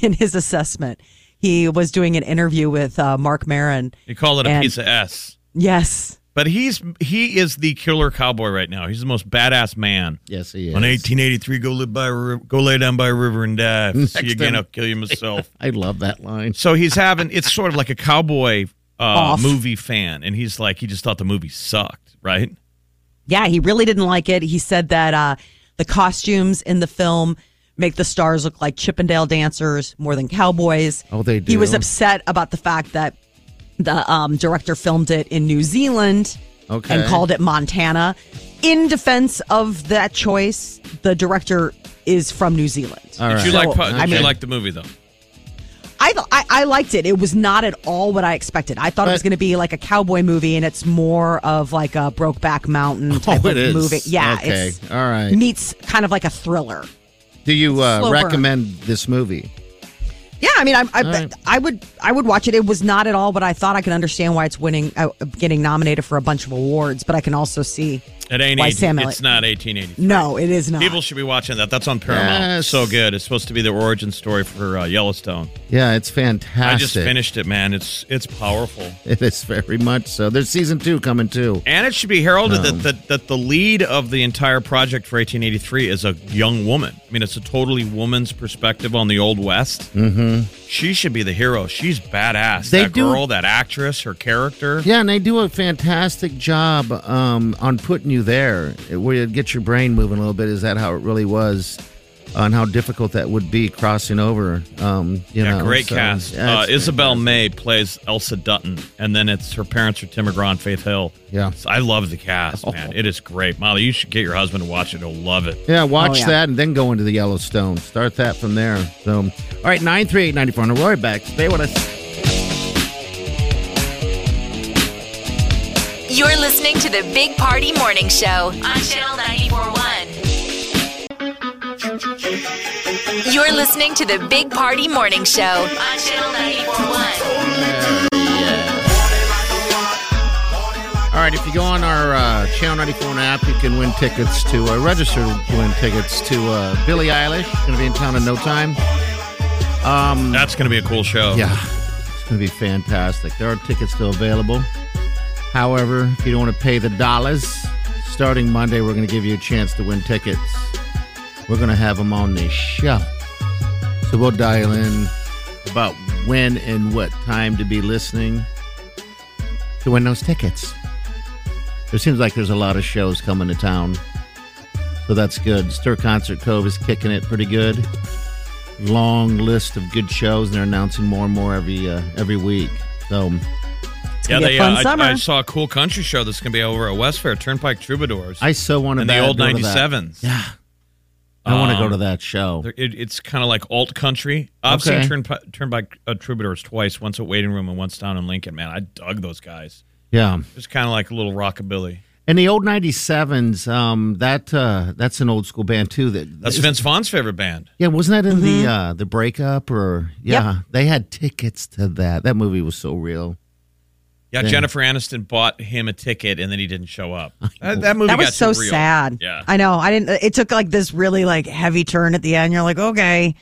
S4: in his assessment. He was doing an interview with uh, Mark Maron.
S6: You call it a
S4: And-
S6: piece of S.
S4: Yes.
S6: But he's he is the killer cowboy right now. He's the most badass man.
S3: Yes, he is.
S6: On 1883, go live by a river, go lay down by a river and die. If I See you
S3: Next
S6: again,
S3: time.
S6: I'll kill you myself.
S3: I love that line.
S6: So he's having it's sort of like a cowboy uh,
S4: Off.
S6: movie fan, and he's like he just thought the movie sucked, right?
S4: Yeah, he really didn't like it. He said that uh, the costumes in the film make the stars look like Chippendale dancers more than cowboys.
S3: Oh, they
S4: He was
S3: do?
S4: upset about the fact that the um, director filmed it in New Zealand
S3: Okay.
S4: and called it Montana. In defense of that choice, the director is from New Zealand.
S6: did you
S4: So,
S6: like pu- did
S4: I mean,
S6: you like the movie though?
S4: I, I I liked it. It was not at all what I expected. I thought it was going to be like a cowboy movie, and it's more of like a Brokeback Mountain type
S3: Oh, it
S4: of
S3: is.
S4: movie. Yeah,
S3: Okay.
S4: it's-
S3: All right.
S4: meets kind of like a thriller.
S3: Do you uh,
S4: Slow burn.
S3: recommend this movie?
S4: Yeah, I mean, I I,
S3: All right.
S4: I would I would watch it. It was not at all what I thought. I can understand why it's winning, uh, getting nominated for a bunch of awards, but I can also see
S6: It ain't.
S13: Why
S6: 18
S13: Sam Elliott?
S6: it's not 1883.
S13: No, it is not.
S6: People should be watching that. That's on Paramount.
S3: Yes.
S6: It's so good. It's supposed to be the origin story for uh, Yellowstone.
S3: Yeah, it's fantastic.
S6: I just finished it, man. It's it's powerful.
S3: It is very much so. There's season two coming too.
S6: And it should be heralded
S3: Um,
S6: that, that that the lead of the entire project for 1883 is a young woman. I mean, it's a totally woman's perspective on the Old West.
S3: Mm-hmm.
S6: She should be the hero. She's badass.
S3: They
S6: that
S3: do-
S6: girl, that actress, her character.
S3: Yeah, and they do a fantastic job um, on putting you there, where you get your brain moving a little bit. Is that how it really was? On how difficult that would be crossing over. Um, you
S6: yeah,
S3: know,
S6: great
S3: so,
S6: cast.
S3: yeah,
S6: uh,
S3: it's-
S6: Isabel May plays Elsa Dutton, and then it's her parents are Tim McGraw and Faith Hill.
S3: Yeah. Oh.
S6: So I love the cast, man. It is great. Molly, you should get your husband to watch it. He'll love it.
S3: Yeah, watch that and then go into the Yellowstone. Start that from there. So, all right, 938 94 on the Roy back. Stay with us.
S2: You're listening to the Big Party Morning Show on Channel 941. You're listening to the Big Party Morning Show on Channel 941.
S3: All right, if you go on our uh, Channel 94 app, you can win tickets to, uh, register to win tickets to uh, Billie Eilish. Going to be in town in no time. Um,
S6: That's going to be a cool show.
S3: Yeah, it's going to be fantastic. There are tickets still available. However, if you don't want to pay the dollars, starting Monday, we're going to give you a chance to win tickets. We're going to have them on this show. So we'll dial in about when and what time to be listening to win those tickets. It seems like there's a lot of shows coming to town. So that's good. Stir Concert Cove is kicking it pretty good. Long list of good shows, and they're announcing more and more every uh, every week. So
S6: Yeah, they, uh, I- I, saw a cool country show that's going to be over at West Fair, Turnpike Troubadours.
S3: I so want to
S6: And the old
S3: go to that.
S6: 97s.
S3: Yeah, I want to go
S6: Um,
S3: to that show.
S6: They're- It, it's kind of like alt country. I've
S3: Okay.
S6: seen Turnpike Turnpike, uh, Troubadours twice, once at Waiting Room and once down in Lincoln. Man, I dug those guys.
S3: Yeah.
S6: It's kind of like a little rockabilly.
S3: And the old '97s, um, that uh, that's an old school band too. That
S6: That's Vince Vaughn's favorite band.
S3: Yeah, wasn't that in
S4: Mm-hmm.
S3: the uh, the breakup or yeah? They had tickets to that. That movie was so real.
S6: Yeah,
S3: Yeah.
S6: Jennifer Aniston bought him a ticket and then he didn't show up. That, that movie
S4: that was
S6: got
S4: so
S6: too real.
S4: sad.
S6: Yeah.
S4: I know. I didn't. It took like this really like heavy turn at the end. You're like, okay.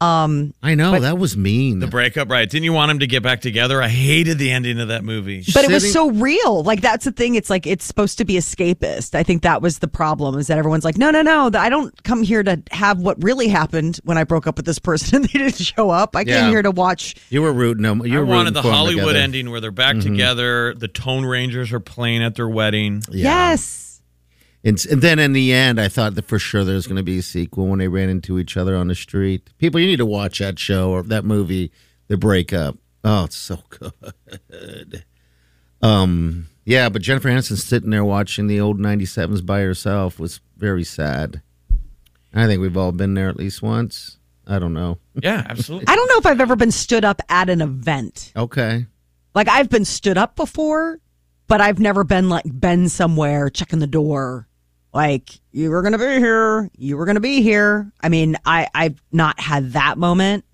S4: Um,
S3: I know that was mean.
S6: The breakup, right? Didn't you want him to get back together? I hated the ending of that movie.
S4: But it was so real. Like that's the thing. It's like it's supposed to be escapist. I think that was the problem. Is that everyone's like, no, no, no. th- I don't come here to have what really happened when I broke up with this person and they didn't show up. I
S3: Yeah.
S4: came here to watch.
S3: You were rooting them. You
S6: I
S3: were rooting
S6: wanted the
S3: for 'em
S6: Hollywood
S3: together.
S6: ending where they're back
S3: Mhm.
S6: together. The Tone Rangers are playing at their wedding.
S4: Yes.
S3: And, and then in the end, I thought that for sure there's going to be a sequel when they ran into each other on the street. People, you need to watch that show or that movie, The Breakup. Oh, it's so good. Um, yeah, but Jennifer Aniston sitting there watching the old '97s by herself was very sad. I think we've all been there at least once. I don't know.
S6: Yeah, absolutely.
S4: I don't know if I've ever been stood up at an event.
S3: Okay.
S4: Like I've been stood up before, but I've never been like been somewhere checking the door. Like you were gonna be here, you were gonna be here. I mean, I I've not had that moment.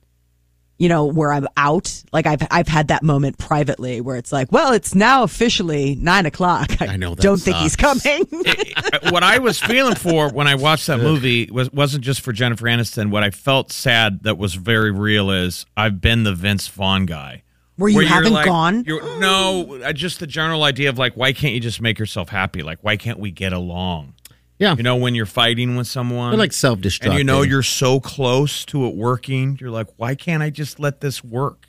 S4: You know where I'm out. Like I've I've had that moment privately where it's like, well, it's now officially nine o'clock. I, know.
S6: that
S4: don't think he's
S6: sucks.
S4: coming.
S6: what I was feeling for when I watched that movie was wasn't just for Jennifer Aniston. What I felt sad that was very real is I've been the Vince Vaughn guy.
S4: Where you
S6: you're
S4: haven't
S6: like-
S4: gone?
S6: you're- no, I- just the general idea of like, why can't you just make yourself happy? Like, why can't we get along?
S3: Yeah,
S6: you know when you're fighting with someone,
S3: They're like self-destructing.
S6: and you know you're so close to it working. You're like, why can't I just let this work?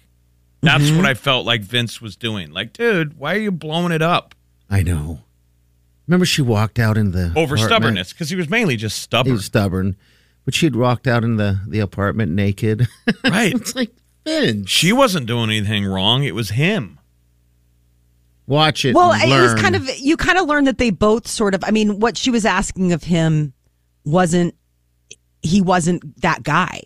S6: That's
S4: Mm-hmm.
S6: what I felt like Vince was doing. Like, dude, why are you blowing it up?
S3: I know. Remember, she walked out in the
S6: over
S3: apartment?
S6: stubbornness because he was mainly just stubborn.
S3: He was stubborn, but she'd walked out in the the apartment naked.
S6: right.
S3: it's like Vince.
S6: She wasn't doing anything wrong. It was him.
S3: Watch it.
S4: Well,
S3: and
S4: it was
S3: learn.
S4: kind of you kind of learned that they both sort of. I mean, what she was asking of him wasn't he wasn't that guy.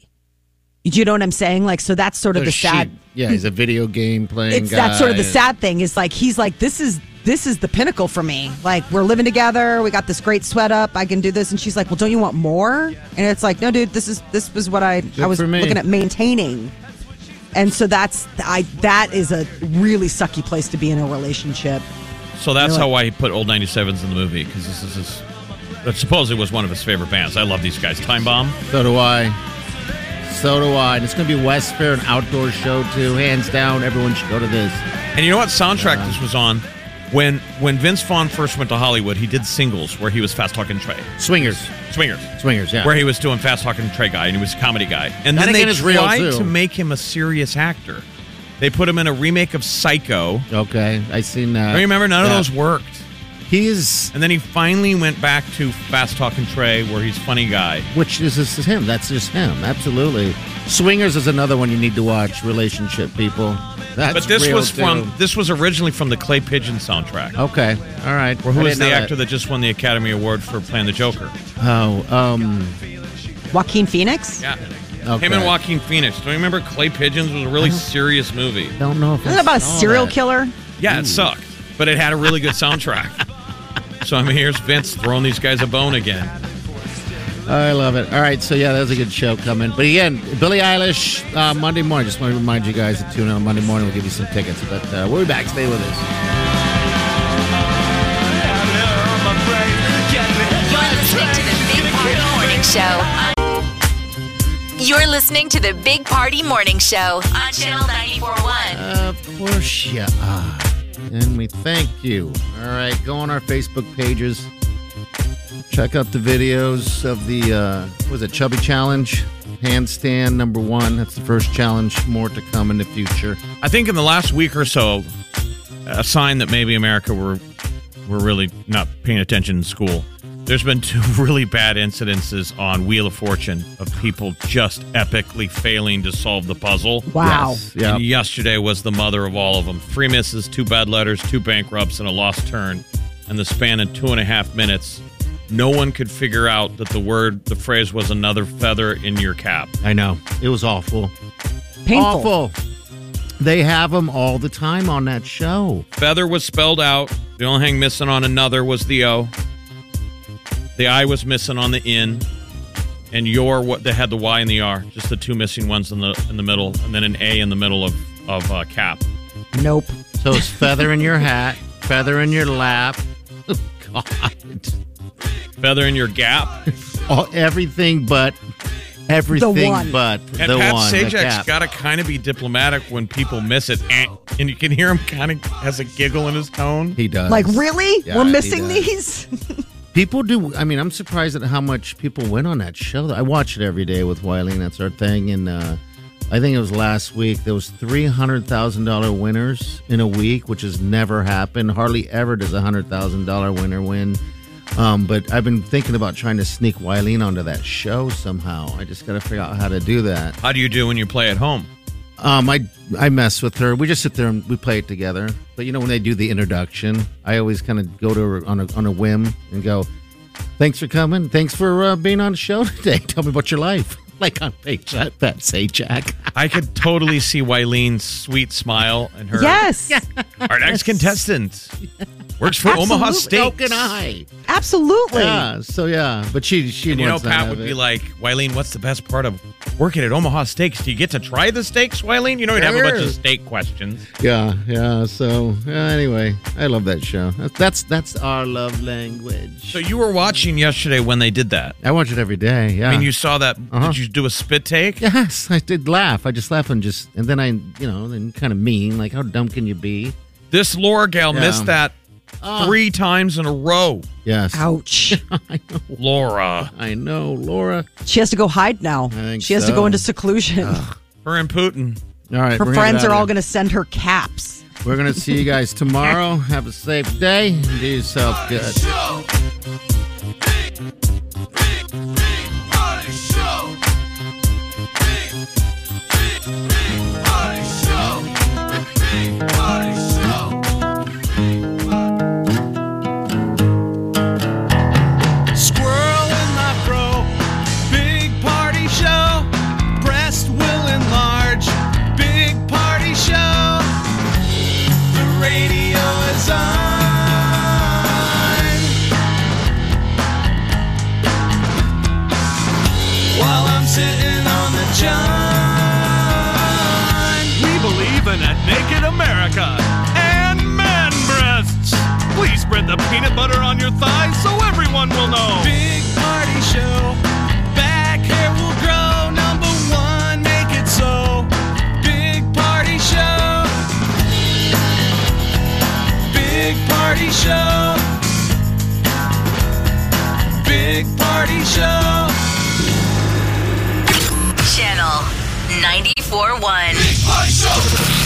S4: Do you know what I'm saying? Like, so that's sort of
S3: So
S4: the
S3: she-
S4: sad.
S3: Yeah, he's a video game playing.
S4: It's that's sort of the
S3: guy.
S4: sad thing is like he's like this is this is the pinnacle for me. Like we're living together, we got this great sweat up. I can do this, and she's like, "Well, don't you want more?" And it's like, "No, dude, this is this was what I I was
S3: for me.
S4: looking at maintaining." And so that's I that is a really sucky place to be in a relationship.
S6: So that's
S4: Really?
S6: how why he put old 97s in the movie because this is his, that supposedly was one of his favorite bands. I love these guys. Time Bomb.
S3: So do I. So do I. And it's going to be a West Fair, an outdoor show, too. Hands down, everyone should go to this.
S6: And you know what soundtrack this was on? When when Vince Vaughn first went to Hollywood, he did singles where he was Fast Talking Trey.
S3: Swingers.
S6: Swingers.
S3: Swingers, yeah.
S6: Where he was doing Fast Talking Trey guy and he was a comedy guy. And
S3: That
S6: then they
S3: again is real,
S6: tried
S3: too.
S6: to make him a serious actor. They put him in a remake of Psycho.
S3: Okay, I seen that.
S6: I remember none
S3: Yeah.
S6: of those worked.
S3: He's
S6: and then he finally went back to Fast Talking Trey, where he's funny guy.
S3: Which is just him. That's just him. Absolutely. Swingers is another one you need to watch. Relationship people. That's
S6: but this
S3: real,
S6: was
S3: too.
S6: from this was originally from the Clay Pigeon soundtrack.
S3: Okay. All right.
S6: Or who
S3: I didn't
S6: is the
S3: know
S6: actor that. just won the Academy Award for playing the Joker?
S3: Oh, um,
S4: Joaquin Phoenix.
S6: Yeah.
S3: Okay.
S6: Him and Joaquin Phoenix. Do you remember Clay Pigeons was a really serious movie?
S3: don't know if
S4: Isn't it about a
S3: saw
S4: serial
S3: that.
S4: killer?
S6: Yeah, it sucked, but it had a really good soundtrack. so I mean, here's Vince throwing these guys a bone again.
S3: I love it. All right, so yeah, that was a good show coming. But again, Billie Eilish uh, Monday morning. Just want to remind you guys to tune in on Monday morning. We'll give you some tickets. But uh, we'll be back. Stay with us.
S2: You're listening to the Big Party Morning Show. You're listening to the Big Party Morning Show on Channel 941.
S3: Of course you are. And we thank you. All right, go on our Facebook pages. Check out the videos of the, uh, what was it, Chubby Challenge? Handstand number one. That's the first challenge. More to come in the future.
S6: I think in the last week or so, a sign that maybe America were were really not paying attention in school. There's been two really bad incidences on Wheel of Fortune of people just epically failing to solve the puzzle.
S4: Wow. Yes,
S3: yeah.
S6: And yesterday was the mother of all of them. Three misses, two bad letters, two bankrupts, and a lost turn. In the span of two and a half minutes, no one could figure out that the word, the phrase was another feather in your cap.
S3: I know. It was awful.
S4: Painful.
S3: Awful. They have them all the time on that show.
S6: Feather was spelled out. The only thing missing on another was the O. The I was missing on the N. And your what they had the Y and the R, just the two missing ones in the in the middle, and then an A in the middle of of uh, cap.
S4: Nope.
S3: So it's feather in your hat, feather in your lap. Oh, God.
S6: Feather in your gap.
S3: All, everything but everything
S4: one.
S3: but
S6: And
S3: the
S6: Pat
S3: one. the
S6: Sajak's
S3: cap.
S6: got to kind of be diplomatic when people miss it, Eh. and you can hear him kind of has a giggle in his tone.
S3: He does.
S4: Like really?
S3: Yeah,
S4: We're
S3: he
S4: missing
S3: does.
S4: these?
S3: People do. I mean, I'm surprised at how much people went on that show. I watch it every day with Wiley, and that's our thing. And uh, I think it was last week. There was three hundred thousand dollar winners in a week, which has never happened. Hardly ever does a hundred thousand dollar winner win. Um, but I've been thinking about trying to sneak Wileen onto that show somehow. I just got to figure out how to do that.
S6: How do you do when you play at home?
S3: Um, I I mess with her. We just sit there and we play it together. But you know when they do the introduction, I always kind of go to her on a on a whim and go, "Thanks for coming. Thanks for uh, being on the show today. Tell me about your life." Like on Pat Pat Sajak.
S6: I could totally see Wileen's sweet smile and her.
S4: Yes.
S6: Our next contestant works for Omaha State.
S3: How Oh, can I?
S4: Absolutely.
S3: Yeah. So yeah, but she she
S6: And you know,
S3: wants none
S6: Pat
S3: of
S6: would be
S3: it.
S6: like, Wileen, what's the best part of working at Omaha Steaks? Do you get to try the steaks, Wileen? You know, he'd have a bunch
S3: Sure.
S6: of steak questions.
S3: "Yeah, yeah." So uh, anyway, I love that show. That's that's, that's our love language.
S6: So you were watching yesterday when they did that.
S3: I watch it every day. Yeah.
S6: I mean, you saw that.
S3: Uh-huh.
S6: Did you do a spit take?
S3: Yes, I did laugh. I just laugh and just, and then I, you know, then kind of mean, like, how dumb can you be?
S6: This Laura gal
S3: Yeah.
S6: missed that three times in a row.
S3: Yes.
S4: Ouch.
S6: Laura.
S3: I know, Laura.
S4: she has to go hide now.
S3: think
S4: She has to
S3: so.
S4: go into seclusion.
S6: Her and Putin.
S3: All right.
S4: Her
S3: we're gonna
S4: friends
S3: get
S4: are
S3: out
S4: all
S3: of here.
S4: going to send her caps.
S3: We're going to see you guys tomorrow. Have a safe day. and Do yourself good.
S1: Squirrel in my fro. Big party show. Breast will enlarge. Big party show. The radio is on. While I'm sitting on the john. We believe in a naked America and man breasts. the peanut butter on your thighs so everyone will know. Big Party Show. Back hair will grow. Number one, make it so. Big Party Show. Big Party Show. Big Party Show.
S2: Channel 94.1.